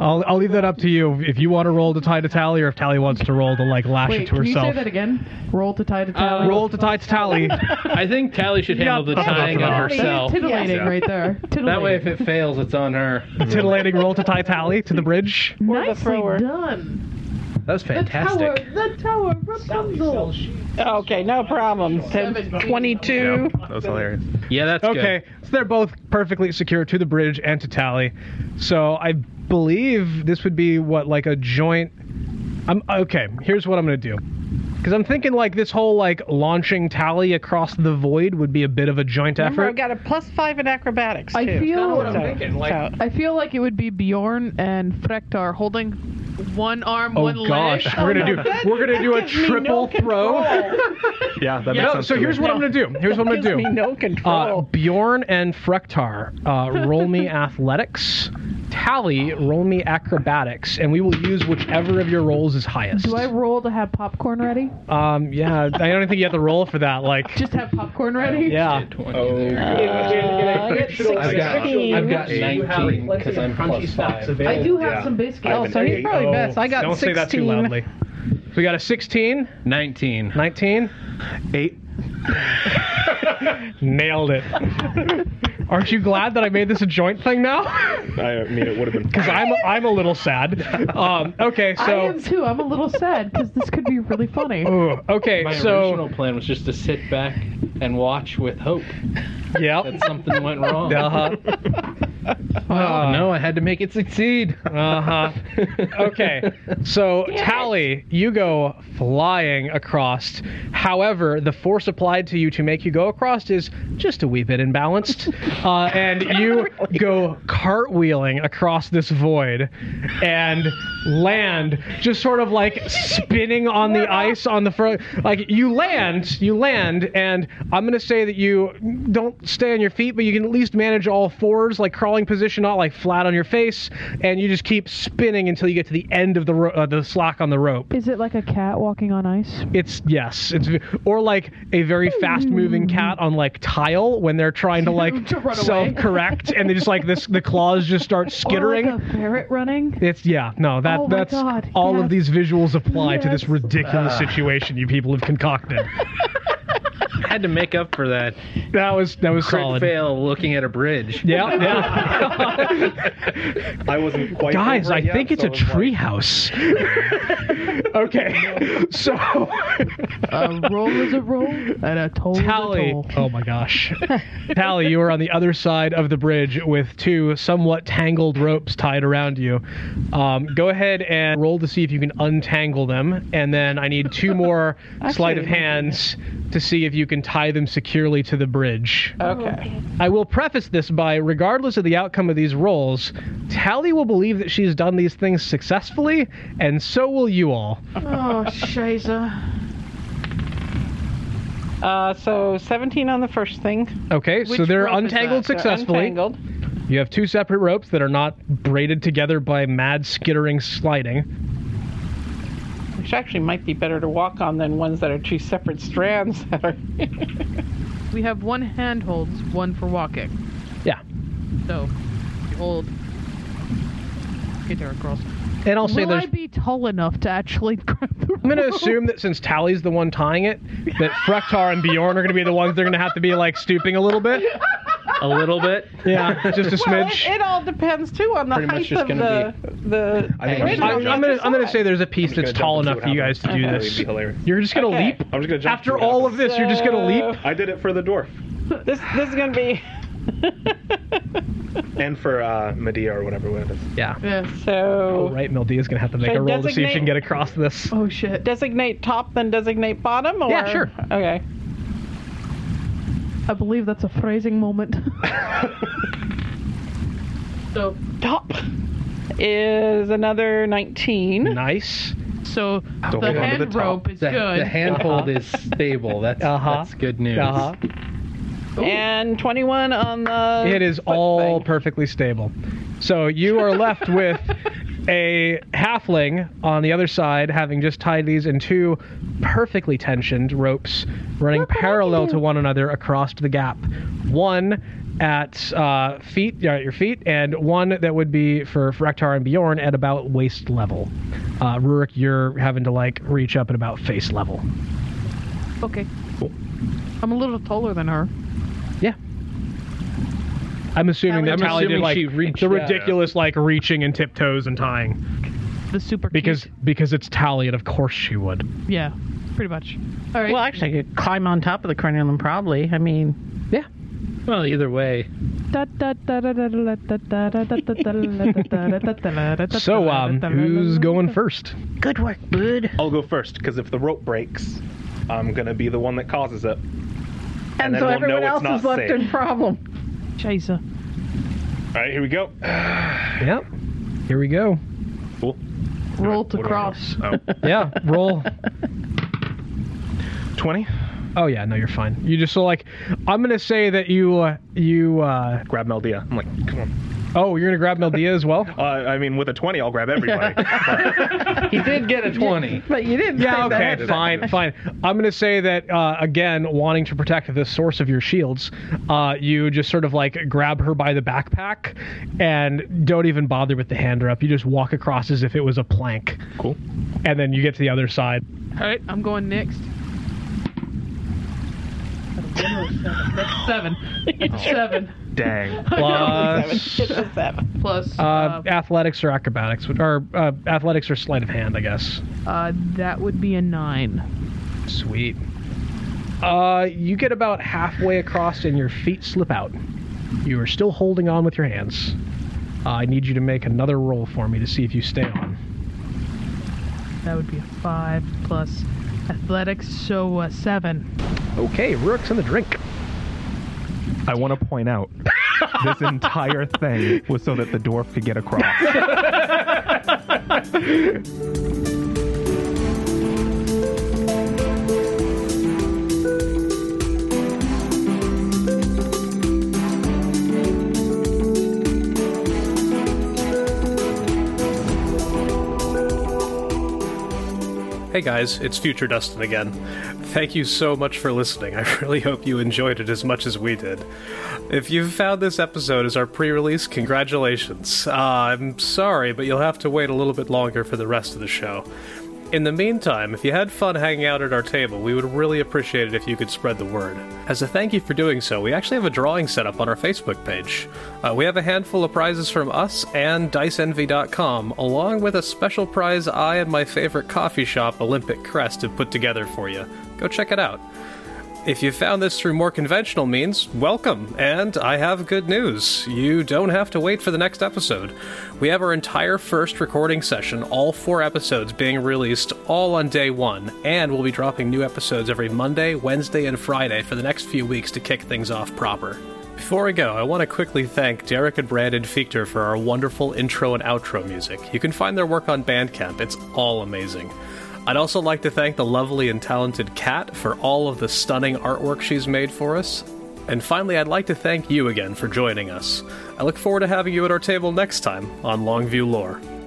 [SPEAKER 1] I'll, I'll leave that up to you if you want to roll to tie to Tally or if Tally wants to roll to like lash it
[SPEAKER 7] Wait,
[SPEAKER 1] to
[SPEAKER 7] can you say
[SPEAKER 1] herself. Uh,
[SPEAKER 7] that again? Roll to tie to tally.
[SPEAKER 1] roll to tie to Tally.
[SPEAKER 4] I think Tally should handle the tying of herself.
[SPEAKER 7] Titillating
[SPEAKER 3] Yes.
[SPEAKER 7] right there. Titillating.
[SPEAKER 4] That way, if it fails, it's on her.
[SPEAKER 1] Titillating roll to tie Tally to the bridge.
[SPEAKER 7] nicely
[SPEAKER 3] thrower.
[SPEAKER 7] done.
[SPEAKER 4] That was
[SPEAKER 7] Tower,
[SPEAKER 4] fantastic.
[SPEAKER 7] the tower, Rapunzel.
[SPEAKER 3] Okay, no problem. So
[SPEAKER 7] Seventeen.
[SPEAKER 3] 22.
[SPEAKER 5] That was hilarious.
[SPEAKER 4] Yeah, that's
[SPEAKER 1] Okay, so they're both perfectly secure to the bridge and to Tally. So I believe this would be what like a joint. I'm okay. Here's what I'm gonna do, because I'm thinking like this whole like launching Tally across the void would be a bit of a joint
[SPEAKER 3] Remember,
[SPEAKER 1] effort.
[SPEAKER 3] I've got a plus 5 in acrobatics, too.
[SPEAKER 2] I
[SPEAKER 1] I'm
[SPEAKER 2] feel.
[SPEAKER 1] thinking, like-
[SPEAKER 3] so-
[SPEAKER 2] I feel like it would be Bjorn and Frektar holding one arm,
[SPEAKER 1] Oh
[SPEAKER 2] one
[SPEAKER 1] gosh,
[SPEAKER 2] leg.
[SPEAKER 1] we're
[SPEAKER 3] Oh,
[SPEAKER 1] gonna do we're gonna do a
[SPEAKER 3] gives me
[SPEAKER 1] triple
[SPEAKER 3] no
[SPEAKER 1] throw.
[SPEAKER 5] Yeah, that makes
[SPEAKER 1] No,
[SPEAKER 5] sense.
[SPEAKER 1] so
[SPEAKER 5] to me.
[SPEAKER 1] here's what I'm gonna do. Here's what I'm
[SPEAKER 3] gives
[SPEAKER 1] gonna do.
[SPEAKER 3] me no
[SPEAKER 2] Oh.
[SPEAKER 1] Uh,
[SPEAKER 3] control.
[SPEAKER 1] Bjorn and Frektar, uh, roll me athletics. Tally, roll me acrobatics, and we will use whichever of your rolls is highest.
[SPEAKER 2] Do I roll to have popcorn ready?
[SPEAKER 1] Um, yeah, I don't think you have to roll for that. Like,
[SPEAKER 2] Just have popcorn ready?
[SPEAKER 1] yeah.
[SPEAKER 4] Oh.
[SPEAKER 2] Uh,
[SPEAKER 3] I got
[SPEAKER 4] I've got,
[SPEAKER 3] 16.
[SPEAKER 4] I've got 19 because I'm plus 5.
[SPEAKER 7] I do have some biscuits.
[SPEAKER 3] Oh, so he's probably best. I got
[SPEAKER 1] Don't
[SPEAKER 3] 16.
[SPEAKER 1] say that too loudly. We got a 16,
[SPEAKER 4] 19.
[SPEAKER 1] 19.
[SPEAKER 5] Eight.
[SPEAKER 1] Nailed it. Aren't you glad that I made this a joint thing now?
[SPEAKER 9] uh,
[SPEAKER 5] I mean, it would have been.
[SPEAKER 1] Because I'm, I'm a little sad. Um, okay,
[SPEAKER 2] I am
[SPEAKER 1] so. Oh.
[SPEAKER 2] too. I'm a little sad because this could be really funny.
[SPEAKER 1] Ooh, okay,
[SPEAKER 4] My
[SPEAKER 1] so.
[SPEAKER 4] original plan was just to sit back and watch with hope
[SPEAKER 1] Yep.
[SPEAKER 4] that something went wrong.
[SPEAKER 1] Uh-huh.
[SPEAKER 4] Oh, no, I had to make it succeed.
[SPEAKER 1] Uh huh. Okay. So, Tally, you go flying across. However, the force applied to you to make you go across is just a wee bit imbalanced. Uh, and you go cartwheeling across this void and land, just sort of like spinning on the ice on the front. Like, you land, you land, and I'm going to say that you don't stay on your feet, but you can at least manage all fours, like crawling position, not like flat on your face, and you just keep spinning until you get to the end of the ro- uh, the slack on the rope.
[SPEAKER 2] Is it like a cat walking on ice?
[SPEAKER 1] It's yes, it's v- or like a very fast moving cat on like tile when they're trying to like
[SPEAKER 2] To run away.
[SPEAKER 1] self correct, and they just like this the claws just start skittering.
[SPEAKER 2] Or like a ferret running?
[SPEAKER 1] It's yeah, no, that
[SPEAKER 2] Oh my
[SPEAKER 1] that's
[SPEAKER 2] God,
[SPEAKER 1] all
[SPEAKER 2] yes.
[SPEAKER 1] of these visuals apply to this
[SPEAKER 2] Yes.
[SPEAKER 1] ridiculous situation you people have concocted.
[SPEAKER 4] I had to make up for that
[SPEAKER 1] that was that was
[SPEAKER 4] crit
[SPEAKER 1] solid.
[SPEAKER 4] fail looking at a bridge.
[SPEAKER 1] Yeah, yeah.
[SPEAKER 5] I wasn't quite.
[SPEAKER 1] Guys,
[SPEAKER 5] over
[SPEAKER 1] I
[SPEAKER 5] it yet,
[SPEAKER 1] think it's
[SPEAKER 5] so
[SPEAKER 1] a
[SPEAKER 5] I was like-
[SPEAKER 1] treehouse. okay, so
[SPEAKER 2] A roll is a roll, and a toll is a
[SPEAKER 1] Tally.
[SPEAKER 2] toll.
[SPEAKER 1] Oh my gosh, Tally, you are on the other side of the bridge with two somewhat tangled ropes tied around you. Um, go ahead and roll to see if you can untangle them, and then I need two more sleight of
[SPEAKER 3] Actually,
[SPEAKER 1] hands to see if you can tie them securely to the bridge.
[SPEAKER 3] Okay.
[SPEAKER 1] I will preface this by, regardless of the outcome of these rolls, Tally will believe that she's done these things successfully, and so will you all.
[SPEAKER 2] Oh, Shiza.
[SPEAKER 3] Uh, so 17 on the first thing.
[SPEAKER 1] Okay, so
[SPEAKER 3] Which
[SPEAKER 1] they're
[SPEAKER 3] rope is
[SPEAKER 1] untangled
[SPEAKER 3] that? They're
[SPEAKER 1] successfully.
[SPEAKER 3] untangled.
[SPEAKER 1] You have two separate ropes that are not braided together by mad skittering sliding.
[SPEAKER 2] We
[SPEAKER 3] which actually might be better to walk on than ones that are two separate strands that are.
[SPEAKER 2] We have one handholds, one for walking.
[SPEAKER 1] Yeah.
[SPEAKER 2] So, the old. Get there across.
[SPEAKER 1] And I'll say
[SPEAKER 2] Will
[SPEAKER 1] there's.
[SPEAKER 2] I be tall enough to actually grab the
[SPEAKER 1] I'm going to assume that since Tally's the one tying it, that Frektar and Bjorn are going to be the ones that are going to have to be like stooping a little bit.
[SPEAKER 4] A little bit.
[SPEAKER 1] Yeah, just a
[SPEAKER 3] Well,
[SPEAKER 1] smidge.
[SPEAKER 3] it, it all depends too on the
[SPEAKER 4] Pretty much
[SPEAKER 3] height
[SPEAKER 4] just
[SPEAKER 3] of
[SPEAKER 4] gonna
[SPEAKER 3] the the.
[SPEAKER 5] I think I'm
[SPEAKER 3] thing
[SPEAKER 5] just
[SPEAKER 3] on
[SPEAKER 1] I'm,
[SPEAKER 3] the
[SPEAKER 1] I'm gonna
[SPEAKER 3] other
[SPEAKER 1] I'm gonna say
[SPEAKER 3] side.
[SPEAKER 1] there's a piece that's tall enough for you guys to do this. You're just gonna
[SPEAKER 3] Okay.
[SPEAKER 1] leap
[SPEAKER 9] I'm just gonna jump.
[SPEAKER 1] after
[SPEAKER 9] through that.
[SPEAKER 1] all of this. You're just gonna leap.
[SPEAKER 9] I did it for the dwarf
[SPEAKER 3] This this is gonna be.
[SPEAKER 9] and for uh, Medea or whatever it is.
[SPEAKER 1] Yeah.
[SPEAKER 3] so
[SPEAKER 1] All Oh, right, Mildea's gonna have to make
[SPEAKER 3] Should I
[SPEAKER 1] a roll to see if she can
[SPEAKER 3] designate-
[SPEAKER 1] get across this.
[SPEAKER 2] Oh shit.
[SPEAKER 3] designate top, then designate bottom, or
[SPEAKER 1] Yeah, sure.
[SPEAKER 3] Okay.
[SPEAKER 2] I believe that's a phrasing moment. so,
[SPEAKER 3] Top is another 19.
[SPEAKER 1] Nice.
[SPEAKER 2] so the
[SPEAKER 5] Don't hold on to the
[SPEAKER 2] hand
[SPEAKER 5] top.
[SPEAKER 2] rope is
[SPEAKER 4] The,
[SPEAKER 2] good.
[SPEAKER 4] the handhold is stable. That's
[SPEAKER 1] Uh-huh.
[SPEAKER 4] that's good news.
[SPEAKER 1] Uh-huh.
[SPEAKER 3] And 21 on the.
[SPEAKER 1] It is
[SPEAKER 3] foot
[SPEAKER 1] all
[SPEAKER 3] thing.
[SPEAKER 1] perfectly stable. So you are left with a halfling on the other side having just tied these in two perfectly tensioned ropes running parallel to one another across the gap. One at uh, feet, uh, your feet, and one that would be for Frektar and Bjorn at about waist level. Uh, Rurik, you're having to like reach up at about face level.
[SPEAKER 2] Okay. I'm a little taller than her.
[SPEAKER 1] Yeah. I'm assuming that
[SPEAKER 4] I'm
[SPEAKER 1] Tally did
[SPEAKER 4] assuming
[SPEAKER 1] like
[SPEAKER 4] she reached
[SPEAKER 1] the
[SPEAKER 4] out.
[SPEAKER 1] ridiculous like reaching and tiptoes and tying
[SPEAKER 2] The super
[SPEAKER 1] because
[SPEAKER 2] cute-
[SPEAKER 1] because it's Tally and of course she would.
[SPEAKER 2] Yeah, pretty much. All right.
[SPEAKER 3] Well, actually, I could climb on top of the cornulum, probably. I mean,
[SPEAKER 4] Well, either way,
[SPEAKER 1] So um, who's going first?
[SPEAKER 3] good work, bud.
[SPEAKER 5] I'll go first because if the rope breaks,
[SPEAKER 9] I'm gonna be the one that causes it.
[SPEAKER 3] And,
[SPEAKER 9] then
[SPEAKER 3] so
[SPEAKER 9] we'll
[SPEAKER 3] everyone
[SPEAKER 9] know it's
[SPEAKER 3] else
[SPEAKER 9] not
[SPEAKER 3] is left
[SPEAKER 9] safe.
[SPEAKER 3] in problem.
[SPEAKER 2] Chaser.
[SPEAKER 9] All right, here we go.
[SPEAKER 1] Yep. Here we go.
[SPEAKER 9] Cool.
[SPEAKER 2] Roll to
[SPEAKER 9] What do I
[SPEAKER 2] cross.
[SPEAKER 9] roll? Oh,
[SPEAKER 1] Yeah. Roll.
[SPEAKER 5] 20.
[SPEAKER 1] Oh yeah. No, you're fine. You just so like I'm gonna say that you uh, you. Uh,
[SPEAKER 5] Grab Meldea. I'm like, come on.
[SPEAKER 1] oh, you're gonna grab Meldea as well.
[SPEAKER 5] Uh, I mean, with a 20, I'll grab everybody.
[SPEAKER 4] he did get a twenty.
[SPEAKER 3] But you didn't.
[SPEAKER 1] Yeah,
[SPEAKER 3] say
[SPEAKER 1] okay, fine, fine. I'm going to say that, uh, again, wanting to protect the source of your shields, uh, you just sort of like grab her by the backpack and don't even bother with the hand up. You just walk across as if it was a plank.
[SPEAKER 5] cool.
[SPEAKER 1] And then you get to the other side.
[SPEAKER 2] All right, I'm going next. That's seven. That's seven.
[SPEAKER 5] Dang.
[SPEAKER 1] Plus,
[SPEAKER 3] It's a seven.
[SPEAKER 2] Plus,
[SPEAKER 1] uh,
[SPEAKER 2] uh,
[SPEAKER 1] athletics or acrobatics, which- or uh, athletics or sleight of hand, I guess.
[SPEAKER 2] uh, that would be a nine.
[SPEAKER 1] Sweet. Uh, you get about halfway across and your feet slip out. You are still holding on with your hands. Uh, I need you to make another roll for me to see if you stay on.
[SPEAKER 2] That would be a five plus athletics, so uh, seven.
[SPEAKER 1] Okay, Rook's in the drink.
[SPEAKER 5] I want to point out this entire thing was so that the dwarf could get across.
[SPEAKER 10] Hey guys, it's Future Dustin again. Thank you so much for listening. I really hope you enjoyed it as much as we did. If you've found this episode as our pre release, congratulations. Uh, I'm sorry, but you'll have to wait a little bit longer for the rest of the show. In the meantime, if you had fun hanging out at our table, we would really appreciate it if you could spread the word. As a thank you for doing so, we actually have a drawing set up on our Facebook page. Uh, we have a handful of prizes from us and DiceEnvy.com, along with a special prize I and my favorite coffee shop, Olympic Crest, have put together for you. Go check it out. If you found this through more conventional means, welcome, and I have good news. You don't have to wait for the next episode. We have our entire first recording session, all four episodes being released all on day one, and we'll be dropping new episodes every Monday, Wednesday, and Friday for the next few weeks to kick things off proper. Before we go, I want to quickly thank Derek and Brandon Fichter for our wonderful intro and outro music. You can find their work on Bandcamp, it's all amazing. I'd also like to thank the lovely and talented Kat for all of the stunning artwork she's made for us. And finally, I'd like to thank you again for joining us. I look forward to having you at our table next time on Longview Lore.